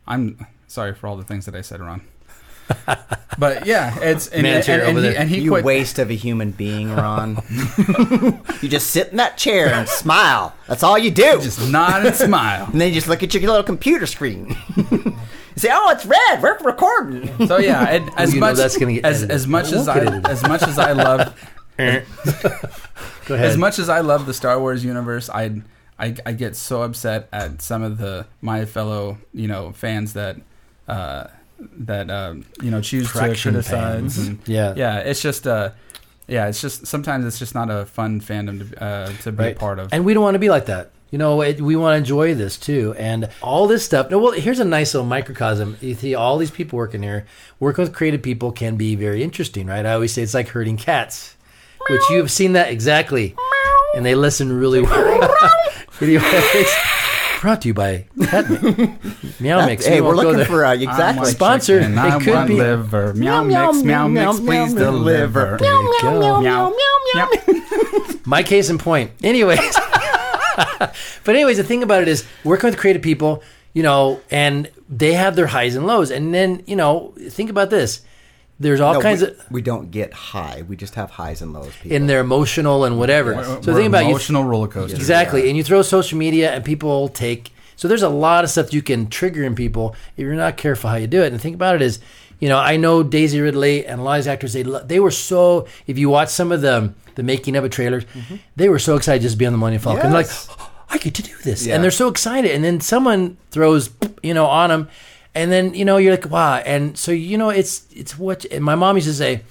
Speaker 1: I'm sorry for all the things that I said,
Speaker 5: [laughs]
Speaker 1: Ron. but yeah, it's and,
Speaker 5: Man,
Speaker 1: and,
Speaker 5: chair
Speaker 1: and
Speaker 5: over
Speaker 1: he,
Speaker 5: there.
Speaker 1: and he
Speaker 5: you
Speaker 1: quit.
Speaker 5: waste of a human being, Ron. [laughs] you just sit in that chair and smile. That's all you do. Just
Speaker 1: nod and smile.
Speaker 5: and then you just look at your little computer screen. [laughs] you say, "Oh, it's red. We're recording."
Speaker 1: So yeah, and as much as,
Speaker 5: edited.
Speaker 1: as much
Speaker 5: It
Speaker 1: as
Speaker 5: won't
Speaker 1: I
Speaker 5: get edited.
Speaker 1: as much as I love
Speaker 4: Go ahead.
Speaker 1: As much as I love the Star Wars universe, I, I I get so upset at some of the my fellow you know fans that uh, that um, you know choose
Speaker 4: Fraction
Speaker 1: to criticize. [laughs]
Speaker 4: fans.
Speaker 1: And,
Speaker 4: Yeah.
Speaker 1: yeah. It's just uh, yeah. It's just sometimes it's just not a fun fandom to uh, to be
Speaker 4: Right.
Speaker 1: a part of.
Speaker 4: And we don't want to be like that. You know, it, we want to enjoy this too, and all this stuff. No, well, here's a nice little microcosm. You see, all these people working here, working with creative people, can be very interesting, right? I always say it's like herding cats, which you have seen that exactly, and they listen really well. [laughs] Video ethics brought to you by Cat Mi- Meow
Speaker 5: That- [laughs]
Speaker 4: Mix.
Speaker 5: hey,
Speaker 4: We won't
Speaker 5: we're
Speaker 4: go
Speaker 5: looking
Speaker 4: there.
Speaker 5: for, uh, exactly. I want
Speaker 4: sponsor.
Speaker 5: chicken, I
Speaker 4: It could
Speaker 5: want
Speaker 4: be
Speaker 1: liver. Meow
Speaker 5: Meow,
Speaker 1: mix, meow
Speaker 5: meow,
Speaker 1: mix,
Speaker 5: meow,
Speaker 1: please
Speaker 5: meow,
Speaker 1: deliver.
Speaker 5: meow, meow,
Speaker 4: go.
Speaker 5: meow,
Speaker 1: Meow.
Speaker 4: My case in point. Anyways, but anyways, the thing about it is working with creative people, you know, and they have their highs and lows. And then, you know, think about this. There's all
Speaker 5: No,
Speaker 4: kinds
Speaker 5: we,
Speaker 4: of
Speaker 5: we don't get high. We just have highs and lows. People.
Speaker 4: in their emotional and whatever.
Speaker 5: Yes.
Speaker 4: [laughs] So
Speaker 5: We're
Speaker 4: think about
Speaker 5: emotional
Speaker 1: roller coaster.
Speaker 4: Exactly. And you throw social media and people take so there's a lot of stuff you can trigger in people if you're not careful how you do it. And think about it is, you know, I know Daisy Ridley and a lot of these actors they lo- they were so if you watch some of the the making of a trailers, they were so excited just to be on the Money Falcon. They're Like "Oh, I get to do this.
Speaker 5: Yeah.
Speaker 4: And they're so excited. And then someone throws, you know, on them. And then, you know, you're like, wow. And so, you know, it's, it's what, and my mom used to say,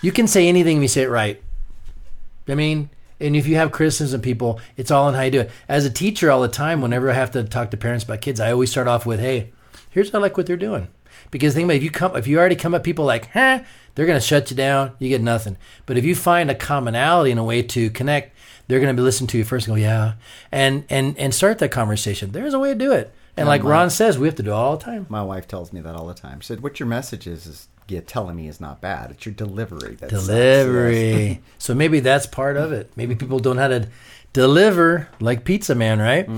Speaker 4: you can say anything if you say it right. I mean, and if you have criticism, people, it's all in how you do it. As a teacher, all the time, whenever I have to talk to parents about kids, I always start off with, "Hey, here's what I like what they're doing." Because think about it, if you come, if you already come at people like, "Huh," they're going to shut you down. You get nothing. But if you find a commonality and a way to connect, they're going to be listening to you first and go, "Yeah," and and and start that conversation. There's a way to do it. And
Speaker 5: Yeah,
Speaker 4: like
Speaker 5: my-
Speaker 4: Ron says, we have to do it all the time.
Speaker 5: My wife tells me that all the time. She said, "What your message is is you're telling me is not bad. It's your delivery that sucks."
Speaker 4: Delivery.
Speaker 5: Yes.
Speaker 4: so maybe that's part of it. Maybe people don't know how to deliver like Pizza Man, right?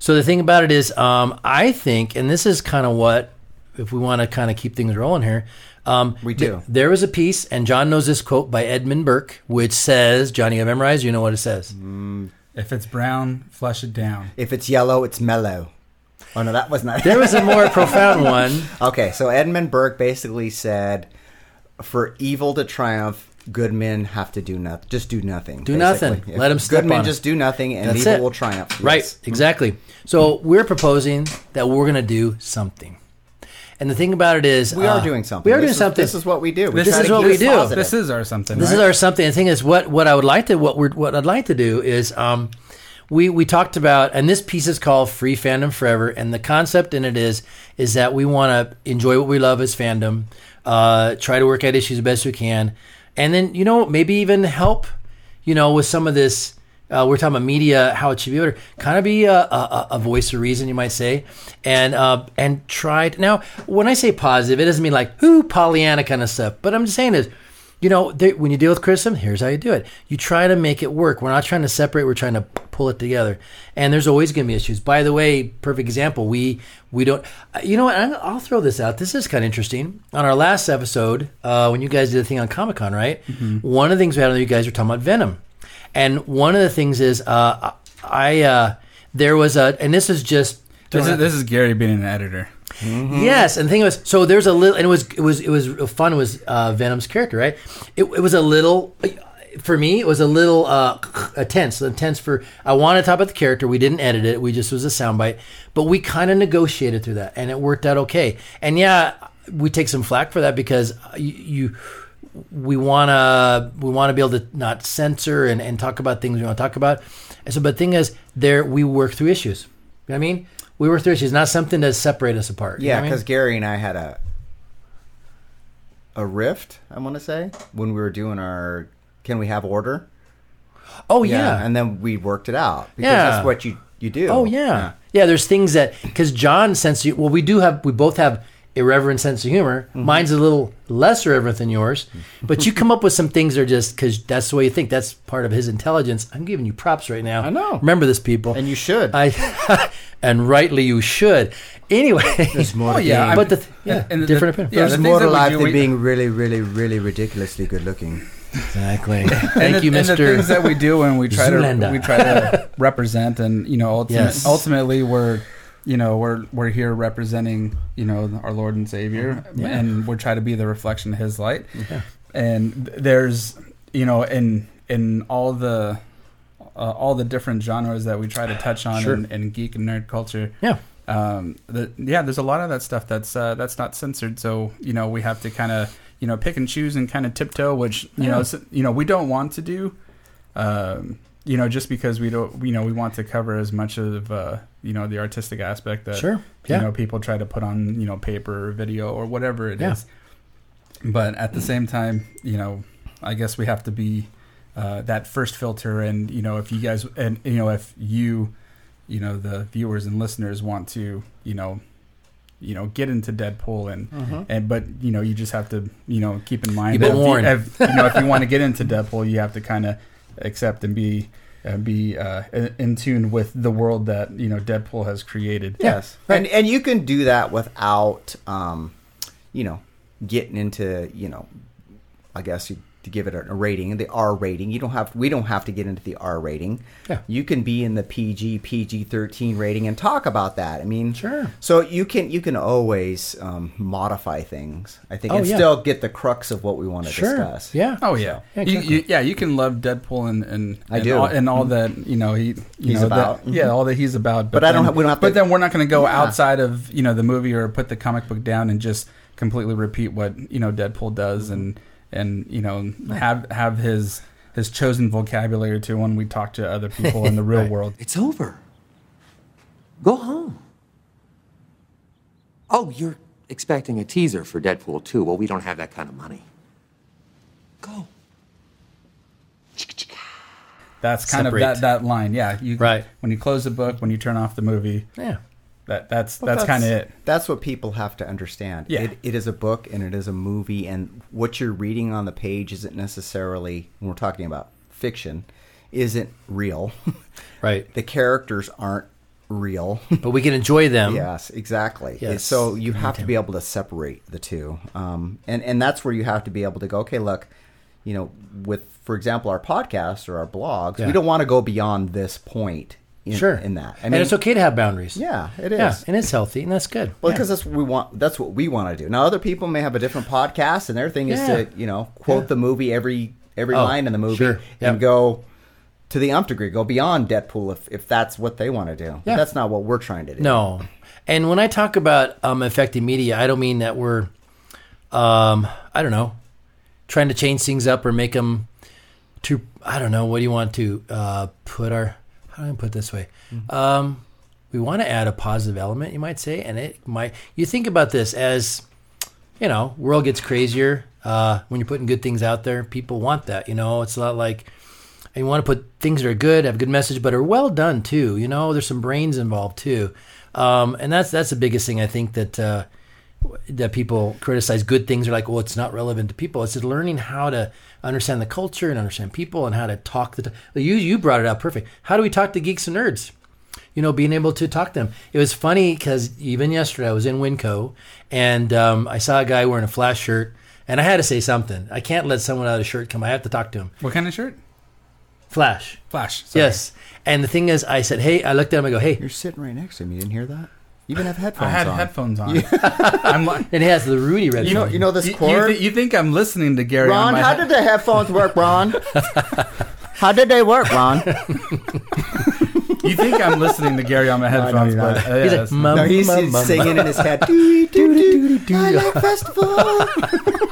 Speaker 4: So the thing about it is, um, I think, and this is kind of what, if we want to kind of keep things rolling here, um, we
Speaker 5: do.
Speaker 4: there was a piece, and John knows this quote by Edmund Burke, which says, Johnny, I memorized. You know what it says?
Speaker 1: If it's brown, flush it down.
Speaker 5: if it's yellow, it's mellow. Oh no, that was
Speaker 4: [laughs]
Speaker 5: not. [laughs]
Speaker 4: There was a more profound one.
Speaker 5: Okay, so Edmund Burke basically said, "For evil to triumph, good men have to do nothing. Just do nothing.
Speaker 4: Do
Speaker 5: basically.
Speaker 4: nothing.
Speaker 5: If
Speaker 4: Let 'em step
Speaker 5: Good men
Speaker 4: on it.
Speaker 5: just do nothing, and
Speaker 4: That's
Speaker 5: evil
Speaker 4: it.
Speaker 5: will triumph.
Speaker 4: Right, exactly. So we're proposing that we're going to do something. And the thing about it is,
Speaker 5: We are
Speaker 4: uh,
Speaker 5: doing something.
Speaker 4: We are
Speaker 5: This
Speaker 4: doing
Speaker 5: is-
Speaker 4: something.
Speaker 5: this is what we do. We
Speaker 4: this
Speaker 5: try
Speaker 4: is
Speaker 5: to
Speaker 4: what
Speaker 5: keep
Speaker 4: we
Speaker 5: it
Speaker 4: do.
Speaker 5: positive.
Speaker 1: This is our something.
Speaker 4: This
Speaker 1: right?
Speaker 4: is our something. The thing is, what what I would like to what we're what I'd like to do is, um, we we talked about, and this piece is called "Free Fandom Forever," and the concept in it is is that we want to enjoy what we love as fandom, uh, try to work out issues the best we can, and then you know maybe even help, you know, with some of this. Uh, we're talking about media, how it should be better. Kind of be a, a, a voice of reason, you might say, and uh, and try. To, now, when I say positive, it doesn't mean like who Pollyanna kind of stuff. But I'm just saying is, you know, there, when you deal with criticism, here's how you do it. You try to make it work. We're not trying to separate. We're trying to pull it together. And there's always going to be issues. By the way, perfect example. We we don't. uh, You know what? I'm, I'll throw this out. This is kind of interesting. On our last episode, uh, when you guys did the thing on Comic Con, right? One of the things we had on there, you guys were talking about Venom, and one of the things is uh, I uh, there was a, and this is just
Speaker 1: This is, this is Gary being an editor.
Speaker 4: Yes, and the thing was, so there's a little, and it was it was it was fun. Was uh, Venom's character right? It, it was a little, for me, it was a little uh, a tense, a tense for. I wanted to talk about the character. We didn't edit it. We just it was a soundbite, but we kind of negotiated through that, and it worked out okay. And yeah, we take some flack for that because uh, you. you we want to we want to be able to not censor and, and talk about things we want to talk about. And so, but the thing is, there we work through issues. You know what I mean, we work through issues, not something to separate us apart. You know
Speaker 5: Yeah,
Speaker 4: what I mean?
Speaker 5: because Gary and I had a a rift. I want to say when we were doing our can we have order?
Speaker 4: Oh, yeah.
Speaker 5: and then we worked it out because
Speaker 4: Yeah.
Speaker 5: that's what you you do.
Speaker 4: Oh yeah. yeah, There's things that because John's sense of, well, we do have we both have irreverent sense of humor. Mine's a little less irreverent than yours, but you come up with some things that are just because that's the way you think. That's part of his intelligence. I'm giving you props right now. I know. Remember this, people, and
Speaker 5: you should.
Speaker 4: I [laughs] and rightly you should. Anyway,
Speaker 5: There's more.
Speaker 4: [laughs] Oh,
Speaker 5: to
Speaker 4: yeah,
Speaker 5: being-
Speaker 4: but the th- yeah, different opinion.
Speaker 5: There's more to life than being really, really, really ridiculously good looking.
Speaker 4: Exactly.
Speaker 5: Thank
Speaker 1: and the, And the things that we do when we try
Speaker 5: Zoolander.
Speaker 1: to we try to represent, and you know, ultimate,
Speaker 5: Yes.
Speaker 1: ultimately we're you know we're we're here representing you know our Lord and Savior,
Speaker 4: Yeah.
Speaker 1: and we're trying to be the reflection of His light.
Speaker 4: Yeah.
Speaker 1: And th- there's you know in in all the uh, all the different genres that we try to touch on
Speaker 4: Sure.
Speaker 1: in, in geek and nerd culture.
Speaker 4: Yeah.
Speaker 1: Um, the, yeah, there's a lot of that stuff that's uh, that's not censored, so you know we have to kind of you know pick and choose and kind of tiptoe, which you
Speaker 4: Yeah.
Speaker 1: know s- you know we don't want to do, um, you know just because we don't you know we want to cover as much of uh, you know the artistic aspect that
Speaker 4: Sure. Yeah.
Speaker 1: you know people try to put on you know paper or video or whatever it is.
Speaker 4: Yeah.
Speaker 1: But at the same time, you know, I guess we have to be uh, that first filter. And you know, if you guys, and you know, if you, you know, the viewers and listeners want to, you know, you know, get into Deadpool and
Speaker 4: Mhm.
Speaker 1: and but you know, you just have to, you know, keep in mind
Speaker 4: You've been
Speaker 1: that if you-
Speaker 4: warned.
Speaker 1: if, you know, if you want to get into Deadpool, you have to kind of accept and be. Uh, be uh, in- in tune with the world that you know Deadpool has created.
Speaker 5: Yes, and and you can do that without, um, you know, getting into you know, I guess you, to give it a rating, the R rating. You don't have we don't have to get into the R rating.
Speaker 4: Yeah.
Speaker 5: you can be in the PG PG thirteen rating and talk about that. I mean, sure. So you can you can always um, modify things. I think
Speaker 1: Oh,
Speaker 5: and
Speaker 1: yeah.
Speaker 5: still get the crux of what we want to
Speaker 1: Sure.
Speaker 5: discuss.
Speaker 4: Yeah.
Speaker 1: Oh yeah.
Speaker 5: Yeah,
Speaker 1: You-
Speaker 5: exactly.
Speaker 1: you- yeah, you can love Deadpool and and
Speaker 5: I
Speaker 1: and
Speaker 5: do. Mm-hmm.
Speaker 1: all, and all that you know he you
Speaker 5: He's
Speaker 1: know, that-
Speaker 5: about. Mhm.
Speaker 1: yeah all that he's about.
Speaker 5: But I don't
Speaker 1: then-
Speaker 5: have- we don't have
Speaker 1: but
Speaker 5: to-
Speaker 1: then we're not going to go
Speaker 5: Yeah.
Speaker 1: outside of you know the movie or put the comic book down and just completely repeat what you know Deadpool does and and you know have have his his chosen vocabulary to when we talk to other people in
Speaker 5: [laughs]
Speaker 1: the real
Speaker 12: Right.
Speaker 1: world.
Speaker 12: It's over. Go home. Oh, you're expecting a teaser for Deadpool 2. Well, we don't have that kind of money.
Speaker 1: That's kind
Speaker 4: Separate.
Speaker 1: of that that line. Yeah, you
Speaker 4: Right.
Speaker 1: when you close the book, when you turn off the movie.
Speaker 4: Yeah.
Speaker 1: That that's
Speaker 5: But
Speaker 1: that's, kind of it.
Speaker 5: That's what people have to understand.
Speaker 1: Yeah.
Speaker 5: It, it is a book and it is a movie, and what you're reading on the page isn't necessarily, when we're talking about fiction, isn't real.
Speaker 4: [laughs] Right.
Speaker 5: the characters aren't
Speaker 4: [laughs]
Speaker 5: real.
Speaker 4: But we can enjoy them.
Speaker 5: Yes, exactly.
Speaker 4: Yes.
Speaker 5: So you have to be able to separate the two, um, and and that's where you have to be able to go. Okay, look, you know, with for example our podcast or our blogs,
Speaker 4: Yeah.
Speaker 5: we don't want to go beyond this point. In,
Speaker 4: sure.
Speaker 5: In that,
Speaker 4: and it's okay to have boundaries.
Speaker 5: Yeah, it
Speaker 4: Yeah,
Speaker 5: is.
Speaker 4: and it's healthy, and that's good.
Speaker 5: Well,
Speaker 4: Yeah.
Speaker 5: because that's what we want. That's what we want to do. Now, other people may have a different podcast, and their thing
Speaker 4: Yeah.
Speaker 5: is to you know quote the movie every every
Speaker 4: Oh,
Speaker 5: line in the movie
Speaker 4: sure. Yep.
Speaker 5: and go to the nth degree, go beyond Deadpool if if that's what they want to do. But
Speaker 4: Yeah.
Speaker 5: that's not what we're trying to do.
Speaker 4: No. And when I talk about um, affecting media, I don't mean that we're, um, I don't know, trying to change things up or make them too, I don't know, what do you want to uh, put our, how do I put it this way? Um, we want to add a positive element, you might say, and it might, you think about this as, you know, world gets crazier. Uh, when you're putting good things out there, people want that. You know, it's a lot like and you want to put things that are good, have a good message, but are well done too. You know, there's some brains involved too, um, and that's that's the biggest thing I think that uh, that people criticize good things are like, well, it's not relevant to people. It's just learning how to understand the culture and understand people and how to talk. The you you brought it out perfect. How do we talk to geeks and nerds? you know, being able to talk to them. It was funny because even yesterday I was in Winco and um, I saw a guy wearing a flash shirt, and I had to say something. I can't let someone out of a shirt come. I have to talk to him.
Speaker 1: What kind of shirt?
Speaker 4: Flash.
Speaker 1: Flash.
Speaker 4: Yes. And the thing is, I said, "Hey," I looked at him. I go, "Hey."
Speaker 5: You're sitting right next to him. You didn't hear that? You even have
Speaker 1: I
Speaker 5: headphones
Speaker 1: had
Speaker 5: on.
Speaker 1: headphones on. [laughs] I'm
Speaker 4: [laughs]
Speaker 1: like,
Speaker 4: it has the Rudy red.
Speaker 5: You know- you know this chord?
Speaker 1: You, thi- you think I'm listening to Gary? on
Speaker 5: Ron,
Speaker 1: my
Speaker 5: how
Speaker 1: head-
Speaker 5: did the headphones work, Ron? how did they work, Ron?
Speaker 1: you think I'm listening to Gary
Speaker 4: [laughs]
Speaker 1: on my headphones?
Speaker 5: you're not.
Speaker 1: but, uh,
Speaker 5: He's
Speaker 1: yeah,
Speaker 5: like,
Speaker 1: that's-
Speaker 5: "Mum, No, he's- mum, he's mum." singing in his head, I like festival.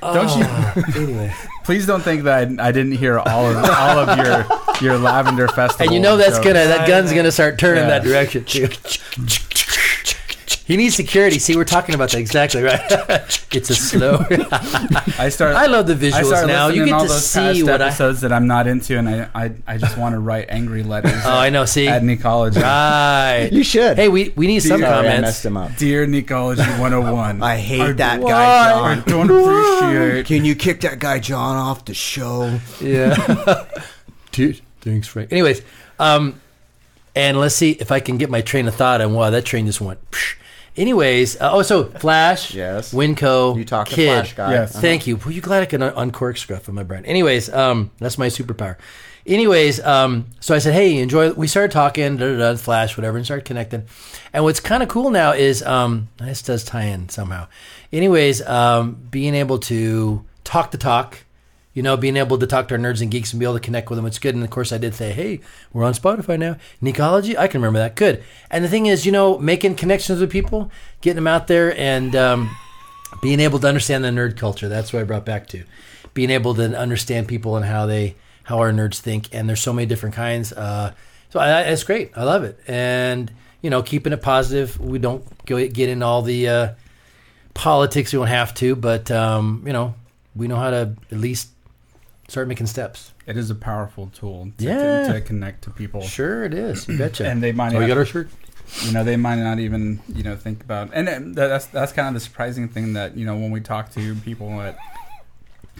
Speaker 5: [laughs]
Speaker 1: Don't you?
Speaker 4: anyway,
Speaker 1: please don't think that I, I didn't hear all
Speaker 4: [laughs]
Speaker 1: of all of your your lavender festival.
Speaker 4: And you know that's
Speaker 1: jokes.
Speaker 4: gonna that gun's gonna start turning
Speaker 1: Yeah.
Speaker 4: that direction. He needs security. See, we're talking about that exactly, right? [laughs] it's
Speaker 1: [laughs]
Speaker 4: a slow.
Speaker 1: I start.
Speaker 4: I love the visuals
Speaker 1: I start
Speaker 4: now.
Speaker 1: listening
Speaker 4: You get
Speaker 1: all
Speaker 4: to
Speaker 1: those
Speaker 4: see
Speaker 1: past
Speaker 4: what I-
Speaker 1: episodes that I'm not into, and I, I, I just want to write angry letters.
Speaker 4: [laughs] Oh, I know. See,
Speaker 1: at Nicology.
Speaker 4: Right.
Speaker 1: You
Speaker 5: should.
Speaker 4: Hey, we, we need some
Speaker 1: Dear-
Speaker 4: comments.
Speaker 1: Dear Nicology 101.
Speaker 4: [laughs]
Speaker 1: I
Speaker 5: hate that
Speaker 1: do-
Speaker 5: guy,
Speaker 1: I
Speaker 5: John.
Speaker 1: don't appreciate.
Speaker 5: Can you kick that guy John off the show?
Speaker 4: Yeah. [laughs] Dude, thanks, Frank. Anyways, um, and let's see if I can get my train of thought. And wow, that train just went. psh. Anyways, uh, oh, so Flash, yes, Winco, you talk
Speaker 5: to
Speaker 4: kid.
Speaker 5: Flash guy. Uh-huh. Yes.
Speaker 4: Thank you. Were you glad I could un- uncork stuff in my brain? Anyways, um, that's my superpower. Anyways, um, so I said, hey, enjoy. We started talking, da da da, Flash, whatever, and started connecting. And what's kind of cool now is um, this does tie in somehow. Anyways, um, being able to talk the talk you know, being able to talk to our nerds and geeks and be able to connect with them, it's good. And of course, I did say, hey, we're on Spotify now. Necology, I can remember that. Good. And the thing is, you know, making connections with people, getting them out there, and um, being able to understand the nerd culture. That's what I brought back to. Being able to understand people and how they, how our nerds think. And there's so many different kinds. Uh, so I, I- it's great. I love it. And, you know, keeping it positive. We don't go, get in all the, uh, politics we don't have to but um, you know we know how to at least start making steps
Speaker 1: It is a powerful tool to,
Speaker 4: Yeah.
Speaker 1: to, to connect to people.
Speaker 4: Sure, it [clears throat] is. You betcha.
Speaker 1: and they might.
Speaker 4: Oh, we
Speaker 1: not-
Speaker 4: got our shirt?
Speaker 1: You know, they might not even you know think about. And then that- that's that's kind of the surprising thing that you know when we talk to people at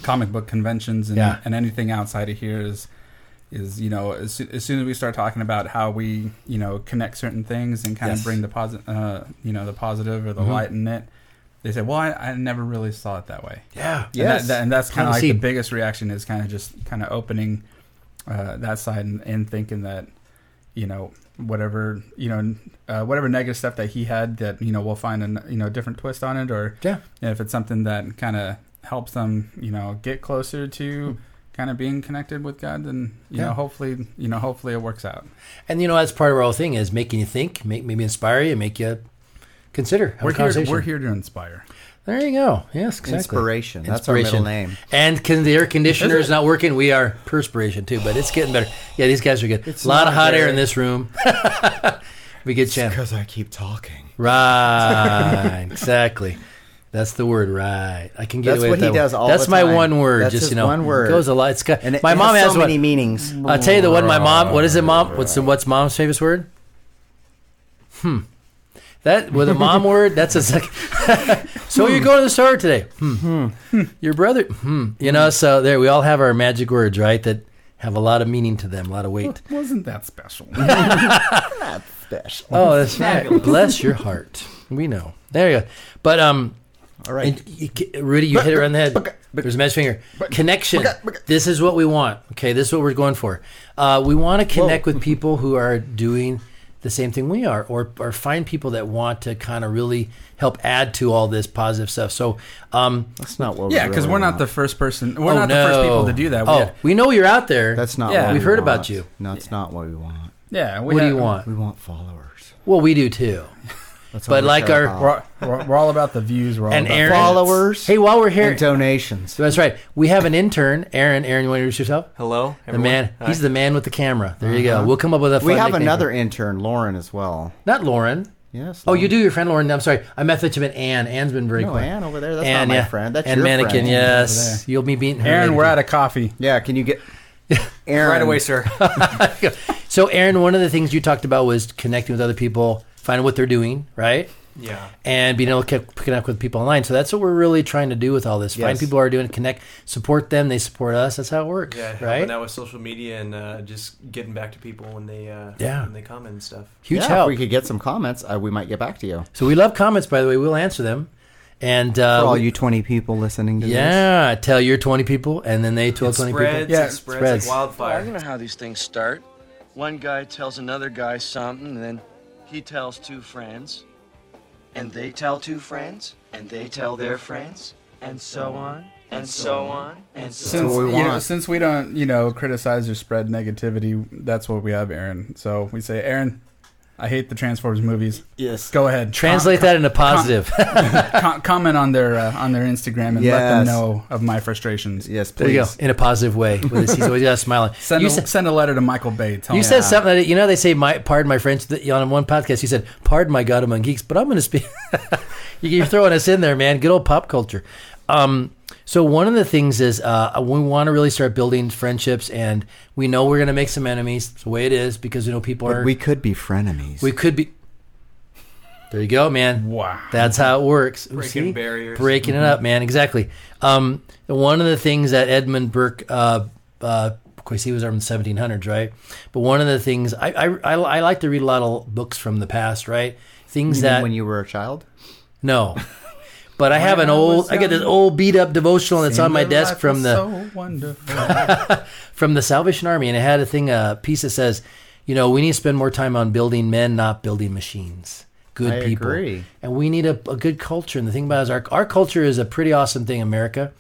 Speaker 1: comic book conventions and,
Speaker 4: Yeah.
Speaker 1: and anything outside of here is is you know as, soo- as soon as we start talking about how we you know connect certain things and kind
Speaker 4: Yes.
Speaker 1: of bring the positive uh, you know the positive or the
Speaker 4: Mhm.
Speaker 1: light in it they say well I, I never really saw it that way
Speaker 4: Yeah.
Speaker 1: and,
Speaker 4: Yes.
Speaker 1: that, that- and that's kind
Speaker 4: Plant a
Speaker 1: of like the
Speaker 4: seed.
Speaker 1: biggest reaction is kind of just kind of opening uh, that side and, and thinking that you know whatever you know uh, whatever negative stuff that he had that you know we'll find a you know different twist on it or
Speaker 4: yeah
Speaker 1: if it's something that kind of helps them you know get closer to kind of being connected with God then you
Speaker 4: Yeah.
Speaker 1: know hopefully you know hopefully it works out
Speaker 4: and you know that's part of our whole thing is making you think make, maybe inspire you make you consider have a
Speaker 1: we're here
Speaker 4: conversation.
Speaker 1: we're here to inspire
Speaker 4: there you go yes exactly
Speaker 5: Inspiration. That's our middle name.
Speaker 4: and can the air conditioner
Speaker 5: Is
Speaker 4: is not working we are perspiration too but it's getting better yeah these guys are good
Speaker 5: It's
Speaker 4: a lot of
Speaker 5: not
Speaker 4: hot air
Speaker 5: very-
Speaker 4: in
Speaker 5: [laughs]
Speaker 4: this room we get chance
Speaker 5: because I keep talking. [laughs]
Speaker 4: Right. exactly. That's the word, right? I can get
Speaker 5: That's
Speaker 4: away
Speaker 5: what
Speaker 4: with
Speaker 5: he
Speaker 4: that one.
Speaker 5: does all
Speaker 4: That's
Speaker 5: the
Speaker 4: my
Speaker 5: time.
Speaker 4: one word.
Speaker 5: That's
Speaker 4: just
Speaker 5: his
Speaker 4: you know,
Speaker 5: one word.
Speaker 4: It goes a lot. It's got,
Speaker 5: And it-
Speaker 4: my
Speaker 5: it
Speaker 4: mom
Speaker 5: has
Speaker 4: has
Speaker 5: so
Speaker 4: one.
Speaker 5: many meanings.
Speaker 4: I'll tell you the one. My mom. What is it, mom? What's the, what's mom's favorite word? Hmm. That with a mom word. That's a second. [laughs] so you're going to the store today. Hmm. Your brother. Hmm. You know. So there, we all have our magic words, right? That have a lot of meaning to them, a lot of weight.
Speaker 1: wasn't that
Speaker 4: [laughs]
Speaker 1: special
Speaker 5: special.
Speaker 4: Oh, [laughs] that's right. Bless your heart. We know. There you go. But um, all right, Rudy, you hit it on the head. There's a magic finger connection. This is what we want. Okay, this is what we're going for. Uh, we want to
Speaker 5: [laughs]
Speaker 4: connect with people who are doing the same thing we are, or or find people that want to kind of really help add to all this positive stuff. So um,
Speaker 5: that's not what.
Speaker 1: yeah because we're not the first person we're not the first people to do that We
Speaker 4: Oh,
Speaker 1: had-
Speaker 4: we know you're out there.
Speaker 5: That's not.
Speaker 4: Yeah,
Speaker 5: what
Speaker 4: we've
Speaker 5: we
Speaker 4: heard
Speaker 5: want.
Speaker 4: about you.
Speaker 5: No, that's not what we want.
Speaker 1: yeah we
Speaker 4: what do
Speaker 1: had-
Speaker 4: you want?
Speaker 5: We want followers.
Speaker 4: Well, we do too.
Speaker 5: That's what
Speaker 4: but
Speaker 5: we're
Speaker 4: like
Speaker 5: sure
Speaker 4: our
Speaker 5: about. We're-
Speaker 1: we're, we're all about the views. We're all
Speaker 4: and
Speaker 1: about
Speaker 4: Aaron,
Speaker 5: followers.
Speaker 4: Hey, while we're here,
Speaker 5: and donations.
Speaker 4: That's right. We have an intern, Aaron. Aaron, you want to introduce yourself?
Speaker 5: Hello,
Speaker 4: The
Speaker 5: everyone.
Speaker 4: man.
Speaker 5: Hi.
Speaker 4: He's the man with the camera. There you go. We'll come up with a. Fun
Speaker 5: We have
Speaker 4: nickname.
Speaker 5: another intern, Lauren, as well.
Speaker 4: Not Lauren.
Speaker 5: Yes.
Speaker 4: Oh, you do your friend Lauren. I'm sorry. I met that you meant Ann. Ann's been very
Speaker 5: No,
Speaker 4: quiet.
Speaker 5: Ann over there. That's not
Speaker 4: Ann,
Speaker 5: my
Speaker 4: yeah.
Speaker 5: friend. That's
Speaker 4: Ann
Speaker 5: your
Speaker 4: Mannequin.
Speaker 5: friend. Over
Speaker 4: Yes,
Speaker 5: there.
Speaker 4: you'll be meeting her.
Speaker 5: Aaron, we're
Speaker 1: out of coffee.
Speaker 5: Yeah. Can
Speaker 4: [laughs]
Speaker 5: you get Aaron
Speaker 4: Right away, sir. [laughs] so, Aaron, one of the things you talked about was connecting with other people, finding what they're doing, right?
Speaker 5: Yeah.
Speaker 4: And being able to ke- connect with people online. So that's what we're really trying to do with all this. Find
Speaker 13: Yes.
Speaker 4: people who are doing, connect, support them. They support us. That's how it works,
Speaker 13: Yeah, helping
Speaker 4: right?
Speaker 13: out with social media and uh, just getting back to people when they uh,
Speaker 4: Yeah.
Speaker 13: when they comment and stuff.
Speaker 5: Yeah, If we could get some comments, uh, we might get back to you.
Speaker 4: So we love comments, by the way. We'll answer them. And uh,
Speaker 5: For all
Speaker 4: we-
Speaker 5: you twenty people listening to this,
Speaker 4: yeah, tell your twenty people, and then they tell
Speaker 5: It
Speaker 4: twenty
Speaker 5: spreads,
Speaker 4: people.
Speaker 5: it spreads like
Speaker 14: Well, I don't know how these things start. One guy tells another guy something, and then he tells two friends, and they tell two friends, and they tell their friends, and so on, and so on, and so
Speaker 1: Since
Speaker 14: on.
Speaker 1: you know, since we don't, you know, criticize or spread negativity, that's what we have, Aaron. So we say, Aaron, I hate the Transformers movies.
Speaker 4: Yes.
Speaker 1: Go ahead.
Speaker 4: Translate that into positive. [laughs]
Speaker 1: com- com- comment on their uh, on their Instagram and let them
Speaker 4: Yes.
Speaker 1: know of my frustrations.
Speaker 5: Yes,
Speaker 4: There you go. In a positive way. With his, he's always got a smile. on.
Speaker 1: Send,
Speaker 4: you
Speaker 1: a,
Speaker 4: said,
Speaker 1: send a letter to Michael Bay. Tell
Speaker 4: you
Speaker 1: him
Speaker 4: said
Speaker 1: that.
Speaker 4: something. That, you know, they say, my, pardon my French, that- on one podcast, you said, pardon my God among geeks, but I'm going to speak. [laughs] You- You're throwing us in there, man. Good old pop culture. Um, so one of the things is uh, we want to really start building friendships, and we know we're going to make some enemies. It's the way it is because you know people
Speaker 5: But
Speaker 4: are.
Speaker 5: we could be frenemies.
Speaker 4: We could be. There you go, man.
Speaker 1: Wow.
Speaker 4: That's how it works. Ooh,
Speaker 13: Breaking
Speaker 4: see?
Speaker 13: barriers.
Speaker 4: Breaking
Speaker 5: Mm-hmm.
Speaker 4: it up, man. Exactly. Um, one of the things that Edmund Burke, uh, uh, of course, he was around the 1700s, right? But one of the things I, I, I, I like to read a lot of books from the past, right? Things
Speaker 5: You mean
Speaker 4: that
Speaker 5: when you were a child.
Speaker 4: No. But I have
Speaker 5: When
Speaker 4: an
Speaker 5: I
Speaker 4: old,
Speaker 5: was
Speaker 4: I got this
Speaker 5: young,
Speaker 4: old beat up devotional that's on my
Speaker 1: Seemed
Speaker 4: desk
Speaker 1: life
Speaker 4: from
Speaker 1: was
Speaker 4: the
Speaker 1: so wonderful.
Speaker 4: [laughs] from the Salvation Army, and it had a thing, a piece that says, you know, we need to spend more time on building men, not building machines. Good
Speaker 5: I
Speaker 4: people,
Speaker 5: agree.
Speaker 4: and we need a, a good culture. And the thing about it is, our our culture is a pretty awesome thing, America,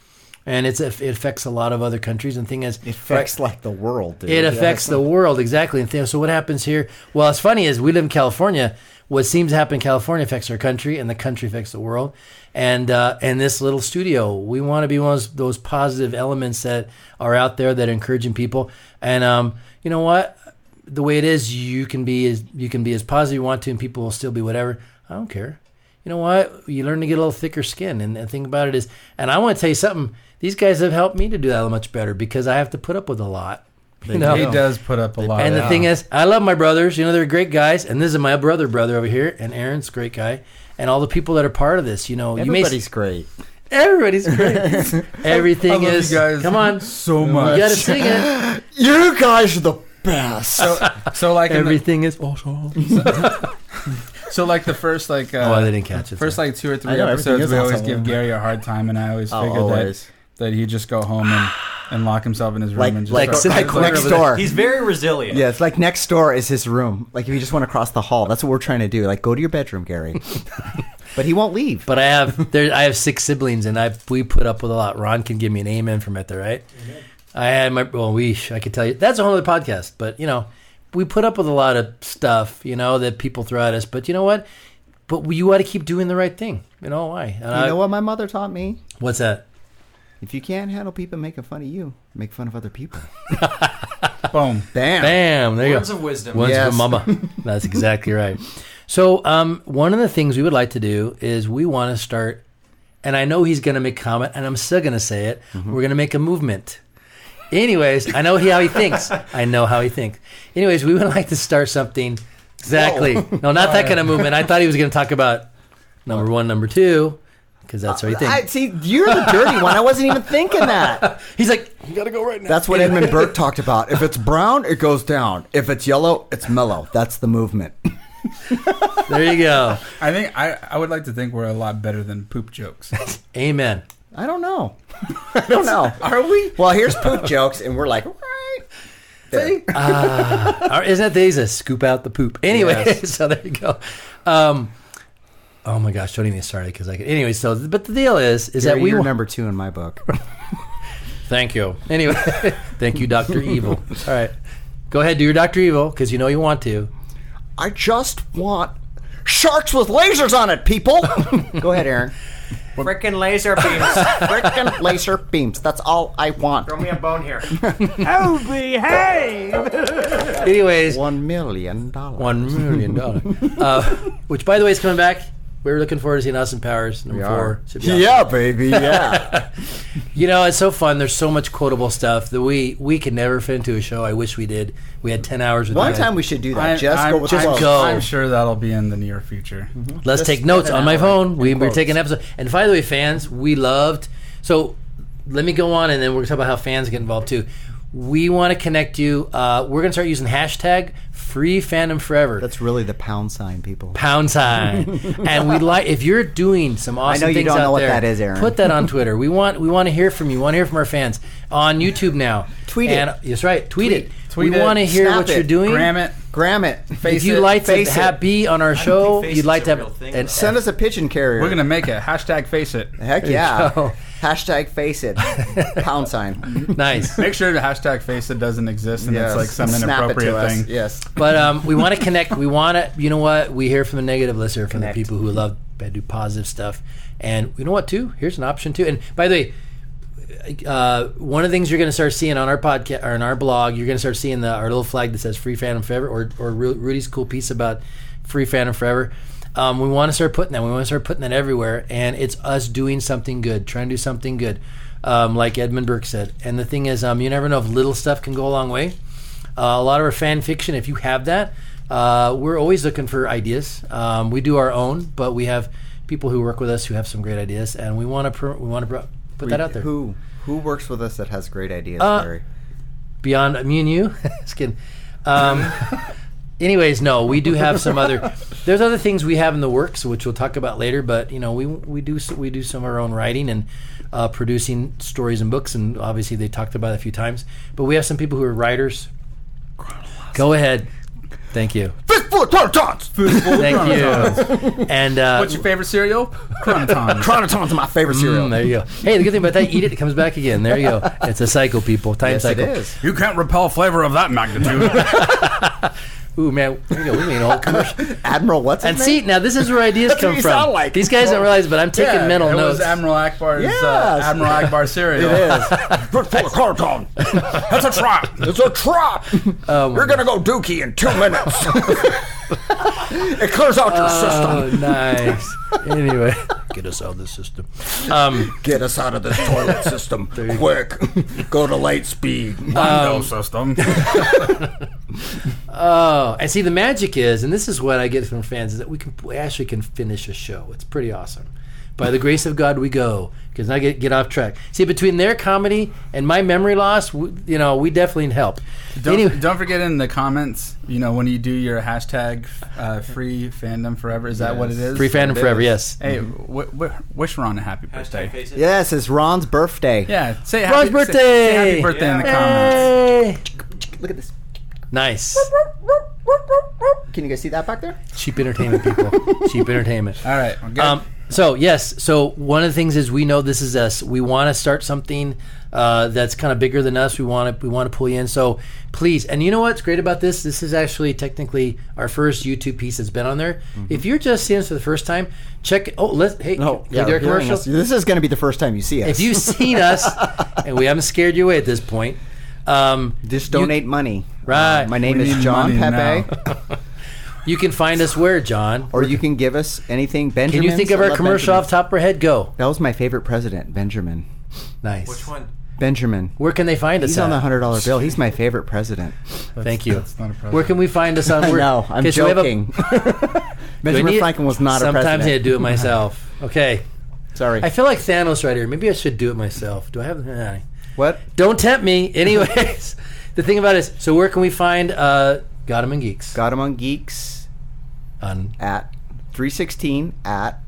Speaker 4: and it's it affects a lot of other countries. And the thing is, it
Speaker 5: affects like the world. Dude.
Speaker 4: it affects the world exactly. And th- so what happens here? Well, it's funny is we live in California. What seems to happen in California affects our country, and the country affects the world. And uh, and this little studio, we want to be one of those, those positive elements that are out there that are encouraging people. And um, you know what? The way it is, you can be as you can be as positive you want to, and people will still be whatever. I don't care you know what? You learn to get a little thicker skin. And the thing about it is, and I want to tell you something. These guys have helped me to do that much better because I have to put up with a lot. You
Speaker 1: They
Speaker 4: know?
Speaker 1: do. He does put up a lot.
Speaker 4: And the
Speaker 1: Yeah.
Speaker 4: thing is, I love my brothers. You know, they're great guys. And this is my brother, brother over here, and Aaron's a great guy, and all the people that are part of this. You know, you
Speaker 5: Everybody's great.
Speaker 1: [laughs]
Speaker 4: Everybody's great. Everything
Speaker 5: I love
Speaker 4: is.
Speaker 5: you guys
Speaker 4: come on,
Speaker 5: so
Speaker 4: You
Speaker 5: much.
Speaker 4: gotta sing
Speaker 1: [laughs]
Speaker 4: it.
Speaker 5: [gasps] you guys are the best.
Speaker 1: So, so like in the-
Speaker 4: everything is oh, awesome.
Speaker 1: So like the first like uh,
Speaker 4: Oh, they didn't catch it,
Speaker 1: First
Speaker 4: sorry.
Speaker 1: like two or three
Speaker 4: I know, everything
Speaker 1: episodes,
Speaker 4: is
Speaker 1: we always
Speaker 4: awesome.
Speaker 1: give Gary a hard time, and I always
Speaker 5: Oh,
Speaker 1: figured
Speaker 5: always.
Speaker 1: that that he'd just go home and, and lock himself in his room
Speaker 5: Like-
Speaker 1: and just
Speaker 5: like-
Speaker 1: start-
Speaker 5: like next [laughs] door.
Speaker 13: He's very resilient.
Speaker 5: Yeah, it's like next door is his room. Like if you just want to cross the hall, that's what we're trying to do. Like go to your bedroom, [laughs] Gary. but he won't leave.
Speaker 4: But I have there. I have six siblings, and I we put up with a lot. Ron can give me an amen from it, there, right? I had my well, we I could tell you that's a whole other podcast. But you know, we put up with a lot of stuff, you know, that people throw at us. But you know what? But we, you got to keep doing the right thing. You know why? And
Speaker 5: you
Speaker 4: I-
Speaker 5: know what my mother taught me?
Speaker 4: What's that?
Speaker 5: If you can't handle people making fun of you, make fun of other people. [laughs]
Speaker 1: Boom.
Speaker 5: Bam.
Speaker 4: Bam. There you
Speaker 13: Words
Speaker 4: go.
Speaker 13: of wisdom.
Speaker 4: Words
Speaker 13: Yes.
Speaker 5: [laughs]
Speaker 4: from Mama. That's exactly right. So, um, one of the things we would like to do is we want to start, and I know he's going to make comment, and I'm still going to say it.
Speaker 5: Mm-hmm.
Speaker 4: We're going to make a movement. Anyways, I know he, how
Speaker 5: [laughs]
Speaker 4: he thinks. I know how he thinks. Anyways, we would like to start something. Exactly.
Speaker 5: Whoa.
Speaker 4: No,
Speaker 5: [laughs]
Speaker 4: not that kind of movement. I thought he was going to talk about number one, number two, because that's how he thinks.
Speaker 5: Uh, I, see, you're the dirty one. I wasn't even thinking [laughs] that.
Speaker 4: He's like, you gotta go right now.
Speaker 5: That's what Edmund Burke talked about. If it's brown, it goes down. If it's yellow, it's mellow. That's the movement.
Speaker 4: there you go.
Speaker 1: I think I, I would like to think we're a lot better than poop jokes.
Speaker 4: Amen.
Speaker 5: I don't [laughs] know. I don't know. Are we? Well, here's poop jokes, and we're like, right. There.
Speaker 4: Ah, isn't that these that scoop out the poop? Anyway, [laughs]
Speaker 5: Yes.
Speaker 4: so there you go. Um, oh my gosh, don't even start it because I could. Anyway, so but the deal is, is
Speaker 5: Gary,
Speaker 4: that we
Speaker 5: you're
Speaker 4: wa-
Speaker 5: number two in my book.
Speaker 4: Thank you. Anyway, [laughs] thank you, Doctor Evil. All right, go ahead, do your Doctor Evil because you know you want to.
Speaker 5: [laughs] I just want sharks with lasers on it, people. [laughs] Go ahead, Aaron.
Speaker 15: Frickin' laser beams.
Speaker 5: Frickin' laser beams. That's all I want.
Speaker 15: Throw me a bone here. oh, behave!
Speaker 4: Anyways,
Speaker 5: one million dollars.
Speaker 4: One
Speaker 5: [laughs]
Speaker 4: million dollars. uh, which, by the way, is coming back. We were looking forward to seeing Austin Powers number
Speaker 5: We
Speaker 4: four.
Speaker 5: are.
Speaker 4: Should be awesome.
Speaker 5: Yeah, baby, [laughs] yeah.
Speaker 4: you know, it's so fun. There's so much quotable stuff that we we could never fit into a show. I wish we did. We had ten hours. With
Speaker 5: One
Speaker 4: you.
Speaker 5: time we should do that.
Speaker 1: I-
Speaker 5: just
Speaker 1: I'm-
Speaker 5: go with
Speaker 4: Just
Speaker 5: the flow. Mm-hmm.
Speaker 4: go.
Speaker 1: I'm sure that'll be in the near future.
Speaker 4: Let's
Speaker 1: Just
Speaker 4: take notes
Speaker 1: an
Speaker 4: on my
Speaker 1: hour
Speaker 4: phone. We,
Speaker 1: in
Speaker 4: we're
Speaker 1: quotes.
Speaker 4: taking episode. And by the way, fans, we loved. So let me go on, and then we're going to talk about how fans get involved too. We want to connect you. Uh, we're going to start using hashtag free fandom forever.
Speaker 5: That's really the pound sign, people.
Speaker 4: Pound
Speaker 5: [laughs]
Speaker 4: sign, and we like if you're doing some awesome.
Speaker 5: know you
Speaker 4: things
Speaker 5: don't
Speaker 4: out
Speaker 5: know what
Speaker 4: there,
Speaker 5: that is, Aaron.
Speaker 4: Put
Speaker 5: [laughs]
Speaker 4: that on Twitter. We want we want to hear from you. We want to hear from our fans on YouTube now.
Speaker 5: Tweet it.
Speaker 4: and, That's right. Tweet, it.
Speaker 5: Tweet
Speaker 4: we
Speaker 5: it.
Speaker 4: want to hear
Speaker 5: Snap
Speaker 4: what
Speaker 5: it.
Speaker 4: you're doing.
Speaker 5: Gram it. Gram it. Face
Speaker 4: if you
Speaker 5: it.
Speaker 4: like to
Speaker 5: Face
Speaker 4: have,
Speaker 5: it.
Speaker 4: be on our show,
Speaker 5: face
Speaker 4: you'd
Speaker 5: is
Speaker 4: like
Speaker 5: a
Speaker 4: to
Speaker 5: real
Speaker 4: have
Speaker 5: thing,
Speaker 4: an,
Speaker 5: Send us a pigeon carrier.
Speaker 1: We're gonna make it. Hashtag face it.
Speaker 5: Heck yeah. [laughs] Hashtag face it. Pound [laughs] sign.
Speaker 4: [laughs] Nice.
Speaker 1: Make sure the hashtag face it doesn't exist and
Speaker 5: Yes.
Speaker 1: it's like some
Speaker 5: Snap it to
Speaker 1: inappropriate
Speaker 5: us.
Speaker 1: thing.
Speaker 5: Yes.
Speaker 4: But um, we want to connect. We want to, you know what? We hear from the negative. Let's hear from
Speaker 5: Connect.
Speaker 4: the people who love that do positive stuff. And you know what? Too here's an option too. And by the way, uh, one of the things you're going to start seeing on our podcast or on our blog, you're going to start seeing the, our little flag that says "Free Phantom Forever" or or Ru- Rudy's cool piece about "Free Phantom Forever." Um, we want to start putting that. We want to start putting that everywhere, and it's us doing something good, trying to do something good, um, like Edmund Burke said. And the thing is, um, you never know if little stuff can go a long way. Uh, a lot of our fan fiction, if you have that, uh, we're always looking for ideas. Um, we do our own, but we have people who work with us who have some great ideas, and we want to pr- we want to pr- put that out there.
Speaker 5: Who who works with us that has great ideas,
Speaker 4: Uh,
Speaker 5: Barry?
Speaker 4: Beyond me and you, [laughs] just kidding. Um, anyways, no, we do have some other. There's other things we have in the works, which we'll talk about later. But you know, we we do s- we do some of our own writing and uh, producing stories and books, and obviously they talked about it a few times. But we have some people who are writers. Go ahead. Thank you.
Speaker 5: Fistful of Chronotons!
Speaker 4: Thank you. And uh,
Speaker 1: What's your favorite cereal?
Speaker 5: [laughs]
Speaker 1: Chronotons.
Speaker 5: Chronotons are my favorite cereal.
Speaker 4: Mm, there you go. Hey, the good thing about that, eat it, it comes back again. There you go. It's a cycle, people. Time
Speaker 5: Yes, it
Speaker 4: cycle.
Speaker 5: is.
Speaker 1: You can't repel flavor of that magnitude.
Speaker 4: Ooh man, we go. We made a whole commercial.
Speaker 5: Admiral, what's his
Speaker 4: And see,
Speaker 5: name?
Speaker 4: now this is where ideas
Speaker 5: That's what
Speaker 4: come
Speaker 5: you
Speaker 4: from.
Speaker 5: sound like.
Speaker 4: These guys don't realize, but I'm taking
Speaker 1: Yeah,
Speaker 4: mental
Speaker 1: it was
Speaker 4: notes.
Speaker 1: Admiral Akbar's uh,
Speaker 5: Yes.
Speaker 1: Admiral Akbar cereal.
Speaker 5: It is.
Speaker 1: [laughs] Fistful of Chronoton. That's a trap.
Speaker 5: It's a
Speaker 4: [laughs]
Speaker 5: trap.
Speaker 4: Oh,
Speaker 5: You're gonna go dookie in two minutes. it clears out your [laughs]
Speaker 4: oh,
Speaker 5: system.
Speaker 4: nice. anyway, get us out of the system. Um,
Speaker 5: Get us out of this toilet [laughs] system quick. [laughs] Go. to light speed.
Speaker 4: Um,
Speaker 1: Mondo
Speaker 4: [laughs]
Speaker 1: system.
Speaker 4: oh, and see, the magic is, and this is what I get from fans, is that we can we actually can finish a show. It's pretty awesome. By the grace of God, we go because I get get off track. See, between their comedy and my memory loss, w you know, we definitely need help.
Speaker 1: Don't,
Speaker 4: Anyway-
Speaker 1: don't forget in the comments, you know, when you do your hashtag uh, free fandom forever, is that what it
Speaker 4: Yes.
Speaker 1: is?
Speaker 4: Free fandom
Speaker 1: It
Speaker 4: forever,
Speaker 1: is.
Speaker 4: yes.
Speaker 1: Hey, w- w- wish Ron a happy birthday.
Speaker 5: Yes, it's Ron's birthday.
Speaker 1: Yeah, say happy,
Speaker 4: Ron's
Speaker 1: say-
Speaker 4: birthday!
Speaker 1: Say, happy birthday in the comments.
Speaker 5: Look at this.
Speaker 4: Nice.
Speaker 5: Can you guys see that back there?
Speaker 4: Cheap entertainment, people. Cheap entertainment.
Speaker 1: All right, okay.
Speaker 4: Um, so yes, so one of the things is we know this is us. We want to start something uh, that's kind of bigger than us. We want to we want to pull you in. So please, and you know what's great about this? This is actually technically our first YouTube piece that's been on there.
Speaker 5: Mm-hmm.
Speaker 4: If you're just seeing us for the first time, check. it- Oh, let's hey, can we do our
Speaker 5: hearing
Speaker 4: commercial.
Speaker 5: us. This is going to be the first time you see us.
Speaker 4: If you've seen
Speaker 5: [laughs]
Speaker 4: us, and we haven't scared you away at this point, um,
Speaker 5: just
Speaker 4: you-
Speaker 5: donate money.
Speaker 4: Right.
Speaker 5: Uh, my name
Speaker 1: We
Speaker 5: is
Speaker 1: need
Speaker 5: John
Speaker 1: money
Speaker 5: Pepe,
Speaker 4: you can find us where, John?
Speaker 5: [laughs] or you can give us anything. Benjamin.
Speaker 4: Can you think of our commercial off the top of our head? Go.
Speaker 5: That was my favorite president, Benjamin.
Speaker 4: Nice.
Speaker 13: Which one?
Speaker 5: Benjamin.
Speaker 4: Where can they find us?
Speaker 5: He's on the
Speaker 4: at?
Speaker 5: hundred dollar bill. He's my favorite president.
Speaker 4: Thank you.
Speaker 1: That's not a problem.
Speaker 4: Where can we find us
Speaker 5: [laughs]
Speaker 4: on?
Speaker 5: I
Speaker 4: where-
Speaker 5: know. I'm
Speaker 4: Okay, so we have a- [laughs]
Speaker 5: joking. [laughs]
Speaker 4: Do I
Speaker 5: Benjamin
Speaker 4: need-
Speaker 5: Franklin was not a
Speaker 4: Sometimes
Speaker 5: president.
Speaker 4: I had
Speaker 5: [laughs]
Speaker 4: to do it myself. Okay.
Speaker 5: Sorry.
Speaker 4: I feel like Thanos right here. Maybe I should do it myself. Do I have? eh.
Speaker 5: what?
Speaker 4: Don't tempt me. [laughs] Anyways, the thing about it is, so where can we find uh, Gotham and Geeks?
Speaker 5: Got him on geeks
Speaker 4: On
Speaker 5: at three sixteen at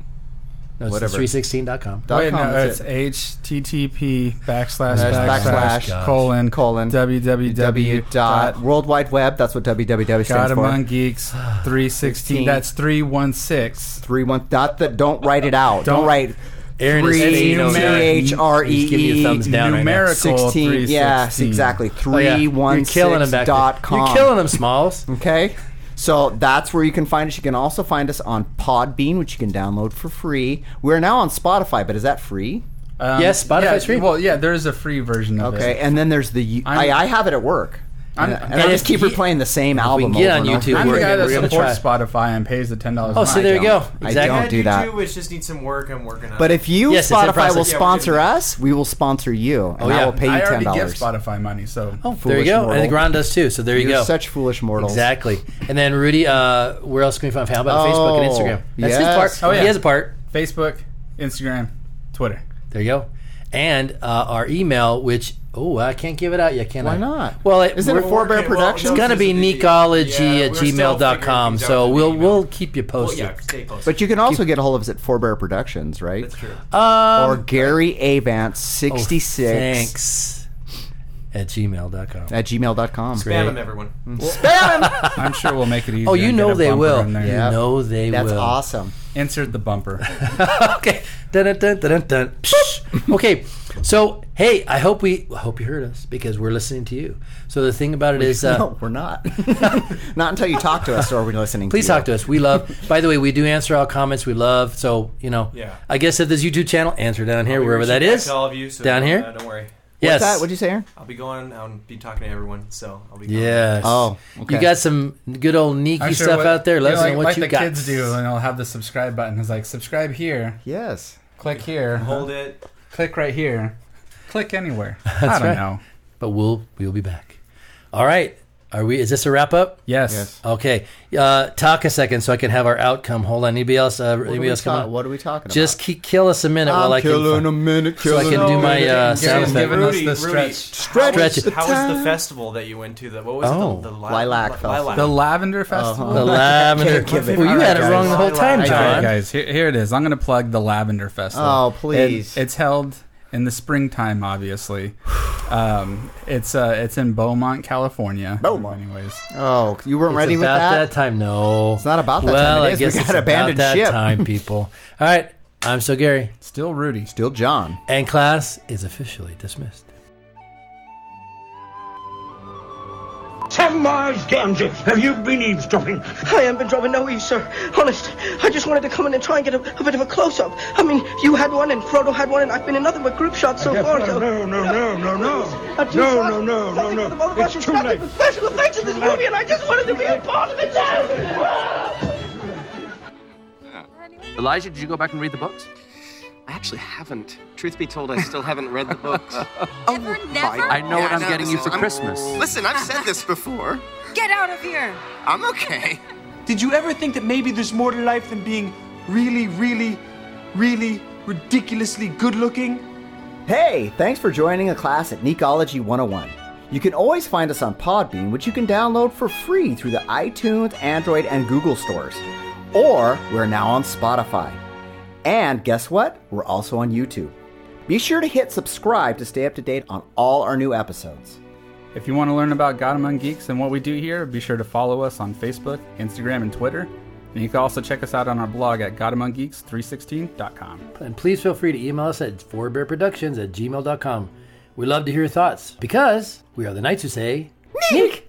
Speaker 4: no, it's
Speaker 5: Whatever.
Speaker 4: 316.com.
Speaker 5: dot
Speaker 1: Wait,
Speaker 5: com.
Speaker 1: no,
Speaker 5: That's
Speaker 1: it's
Speaker 5: it.
Speaker 1: http backslash
Speaker 5: Backslash,
Speaker 1: backslash,
Speaker 5: backslash,
Speaker 1: colon
Speaker 5: colon, W
Speaker 1: www
Speaker 5: dot World Wide Web. That's what www stands
Speaker 1: Godamon
Speaker 5: for.
Speaker 1: Geeks 316. That's 316.
Speaker 5: Three one. Not that. Don't write it out. Don't,
Speaker 1: Don't-
Speaker 5: write.
Speaker 4: Aaron is
Speaker 5: Three
Speaker 4: saying over
Speaker 5: C
Speaker 4: there,
Speaker 5: H R E
Speaker 4: he's giving you a thumbs
Speaker 5: E
Speaker 4: down right now.
Speaker 1: Numerical
Speaker 5: sixteen.
Speaker 1: 316.
Speaker 5: Yes, exactly.
Speaker 4: Oh, yeah.
Speaker 5: Three one
Speaker 4: You're killing him
Speaker 5: six
Speaker 4: back
Speaker 5: dot
Speaker 4: there.
Speaker 5: com.
Speaker 4: You're killing
Speaker 5: [laughs]
Speaker 4: him, Smalls.
Speaker 5: Okay. So that's where you can find us. You can also find us on Podbean, which you can download for free. We're now on Spotify, but is that free?
Speaker 1: Um,
Speaker 4: Yes, Spotify's
Speaker 1: yeah,
Speaker 4: free.
Speaker 1: Well, yeah, there is a free version of
Speaker 5: Okay.
Speaker 1: it.
Speaker 5: And then there's the I,
Speaker 1: I'm-
Speaker 5: I have it at work,
Speaker 1: I'm-
Speaker 5: and, and
Speaker 1: and
Speaker 5: I
Speaker 4: if
Speaker 5: just keep
Speaker 4: you-
Speaker 5: replaying the same
Speaker 4: we
Speaker 5: album.
Speaker 4: can
Speaker 5: over
Speaker 4: get on
Speaker 5: and over.
Speaker 4: YouTube,
Speaker 1: I'm
Speaker 4: We're
Speaker 1: the guy
Speaker 4: gonna-
Speaker 1: that
Speaker 4: we're gonna
Speaker 1: supports Spotify and pays the ten dollars.
Speaker 4: Oh, so
Speaker 5: I
Speaker 4: there you
Speaker 5: don't. I
Speaker 4: go. Exactly.
Speaker 5: don't do that.
Speaker 13: Which just needs some work. I'm working on.
Speaker 5: But if you
Speaker 4: Yes, it's in
Speaker 5: Spotify
Speaker 4: process.
Speaker 5: will
Speaker 4: Yeah,
Speaker 13: we're gonna
Speaker 5: sponsor
Speaker 13: do
Speaker 5: us, we will sponsor you, and
Speaker 4: Oh,
Speaker 5: I
Speaker 4: yeah.
Speaker 5: will pay
Speaker 1: I
Speaker 5: you ten
Speaker 1: already give
Speaker 5: dollars.
Speaker 1: Spotify money, so
Speaker 4: Oh, there you
Speaker 5: Foolish
Speaker 4: go.
Speaker 5: mortal.
Speaker 4: And Gron does too. So there you
Speaker 5: You're
Speaker 4: go.
Speaker 5: such foolish mortals.
Speaker 4: Exactly. And then Rudy, uh, where else can we find? How about
Speaker 5: Oh,
Speaker 4: Facebook and Instagram? That's his
Speaker 5: yes.
Speaker 4: part.
Speaker 1: Oh, yeah.
Speaker 4: He has a part.
Speaker 1: Facebook, Instagram, Twitter.
Speaker 4: There you go. And uh, our email, which oh, I can't give it out yet, can
Speaker 5: Why
Speaker 4: I?
Speaker 5: not?
Speaker 4: Well, it,
Speaker 5: Isn't it
Speaker 4: we're-
Speaker 5: a forebear
Speaker 13: okay, well,
Speaker 5: production?
Speaker 13: no,
Speaker 4: It's gonna be
Speaker 13: This is the-
Speaker 4: neekology
Speaker 13: yeah,
Speaker 4: at
Speaker 13: we're still figuring
Speaker 4: gmail.com.
Speaker 13: things out
Speaker 4: So
Speaker 13: with the
Speaker 4: we'll
Speaker 13: email.
Speaker 4: we'll keep you
Speaker 13: Well,
Speaker 4: posted.
Speaker 13: yeah, stay posted.
Speaker 5: But you can also get a hold of us at Forebear Productions, right?
Speaker 13: That's true.
Speaker 4: Um,
Speaker 5: or Gary Avance
Speaker 4: oh,
Speaker 5: 66
Speaker 4: Thanks. At gmail.com.
Speaker 5: at gmail.com.
Speaker 13: Spam them, everyone.
Speaker 5: Mm-hmm.
Speaker 1: I'm sure we'll make it easy.
Speaker 4: [laughs] Oh, you know they will.
Speaker 1: Yeah.
Speaker 5: Yeah.
Speaker 4: You know they
Speaker 5: That's
Speaker 4: will.
Speaker 5: awesome.
Speaker 4: [laughs]
Speaker 1: Insert the bumper.
Speaker 4: okay. Dun, dun, dun, dun, dun, dun. Psh. okay, so hey, I hope we I hope you heard us because we're listening to you. So the thing about it is, uh,
Speaker 5: no, we're
Speaker 4: [laughs]
Speaker 5: not. not until you talk to us, or we're listening.
Speaker 4: Please
Speaker 5: to you.
Speaker 4: talk to us. We love. By the way, we do answer all comments. We love. So you know,
Speaker 5: Yeah.
Speaker 4: I guess at this YouTube channel, answer down here
Speaker 13: I'll be
Speaker 4: wherever
Speaker 13: reaching
Speaker 4: that
Speaker 13: back
Speaker 4: is.
Speaker 13: To all of you, so
Speaker 4: down
Speaker 13: don't,
Speaker 4: here.
Speaker 13: Uh, don't worry.
Speaker 4: Yes.
Speaker 13: I'll be going. I'll be talking to everyone. So I'll be.
Speaker 4: Yes. You got some good old
Speaker 1: I'm
Speaker 4: Nikki
Speaker 1: sure
Speaker 4: stuff
Speaker 1: Oh, what-
Speaker 4: out there. Let
Speaker 1: you know,
Speaker 4: us
Speaker 1: like,
Speaker 4: know what
Speaker 1: like
Speaker 4: you
Speaker 1: the
Speaker 4: got.
Speaker 1: kids do, and I'll have the subscribe button. It's like subscribe here.
Speaker 5: Yes.
Speaker 1: Click here.
Speaker 13: Hold it.
Speaker 1: Click right here. Click [laughs] anywhere.
Speaker 4: That's
Speaker 1: I don't
Speaker 4: right.
Speaker 1: know.
Speaker 4: But we'll we'll be back. All right. Are we? Is this a wrap up?
Speaker 1: Yes. Yes.
Speaker 4: Okay. Uh, talk a second so I can have our outcome. Hold on. Anybody else? Uh,
Speaker 5: What are,
Speaker 4: anybody
Speaker 5: we
Speaker 4: else? Come
Speaker 5: ta-
Speaker 4: on.
Speaker 5: what are we talking
Speaker 4: Just keep, kill us a minute
Speaker 5: about?
Speaker 4: while I
Speaker 5: I'm
Speaker 4: can.
Speaker 5: killing a minute,
Speaker 4: so I
Speaker 5: killing
Speaker 4: can
Speaker 5: a
Speaker 4: do my
Speaker 5: minute.
Speaker 4: uh, sound effect.
Speaker 13: Rudy,
Speaker 5: Stretch
Speaker 13: How was,
Speaker 4: it.
Speaker 13: how was the
Speaker 4: time.
Speaker 13: festival that you went to? The, what was
Speaker 4: Oh.
Speaker 13: it? The, the li-
Speaker 5: Lilac
Speaker 13: li-
Speaker 5: Festival.
Speaker 13: lilac.
Speaker 1: The Lavender Festival.
Speaker 4: The Lavender. Well, you had it wrong the whole time,
Speaker 1: All
Speaker 4: John.
Speaker 1: right, guys, here, here it is. I'm going to plug the Lavender Festival.
Speaker 5: Oh, please.
Speaker 1: And it's held in the springtime, obviously. Um, it's uh, it's in Beaumont, California. Beaumont, anyways.
Speaker 5: Oh, you weren't
Speaker 1: It's
Speaker 5: ready with
Speaker 1: about
Speaker 5: that?
Speaker 1: that
Speaker 4: time, no. It's
Speaker 5: not about that
Speaker 4: Well,
Speaker 5: time. It
Speaker 4: I
Speaker 5: is.
Speaker 4: guess
Speaker 5: we
Speaker 4: it's
Speaker 5: got abandoned
Speaker 4: about that
Speaker 5: ship. [laughs]
Speaker 4: time, people. All right. I'm still Gary.
Speaker 1: Still Rudy.
Speaker 5: Still John.
Speaker 4: And class is officially dismissed.
Speaker 16: Some Mars damsel, have you been eavesdropping?
Speaker 17: I haven't been dropping no eaves, sir. Honest, I just wanted to come in and try and get a, a bit of a close-up. I mean, you had one and Frodo had one, and I've been in nothing but group shots so
Speaker 16: Yeah,
Speaker 17: far.
Speaker 16: no,
Speaker 17: so
Speaker 16: no, no, no, no, no.
Speaker 17: A two
Speaker 16: No,
Speaker 17: shot,
Speaker 16: no, no, no,
Speaker 17: something
Speaker 16: no.
Speaker 17: for the both of
Speaker 16: It's
Speaker 17: us, and
Speaker 16: too
Speaker 17: nothing
Speaker 16: late.
Speaker 17: but Special effects in this
Speaker 16: It's too
Speaker 17: movie, and I just wanted to be a part of it.
Speaker 18: Elijah, did you go back and read the books?
Speaker 19: I actually haven't. Truth be told, I still haven't read the books.
Speaker 20: Ever, never?
Speaker 18: I know what I'm
Speaker 19: no,
Speaker 18: getting you for
Speaker 19: I'm-
Speaker 18: Christmas.
Speaker 19: [laughs] Listen, I've said this before.
Speaker 20: Get out of here!
Speaker 19: I'm okay.
Speaker 8: [laughs] Did you ever think that maybe there's more to life than being really, really, really ridiculously good looking?
Speaker 5: Hey, thanks for joining a class at Necology 101. You can always find us on Podbean, which you can download for free through the iTunes, Android, and Google stores. Or we're now on Spotify. And guess what? We're also on YouTube. Be sure to hit subscribe to stay up to date on all our new episodes.
Speaker 1: If you want to learn about God Among Geeks and what we do here, be sure to follow us on Facebook, Instagram, and Twitter. And you can also check us out on our blog at GodAmongGeeks316.com.
Speaker 4: And please feel free to email us at fourbearproductions at gmail.com. We love to hear your thoughts because we are the Knights who say, Nick!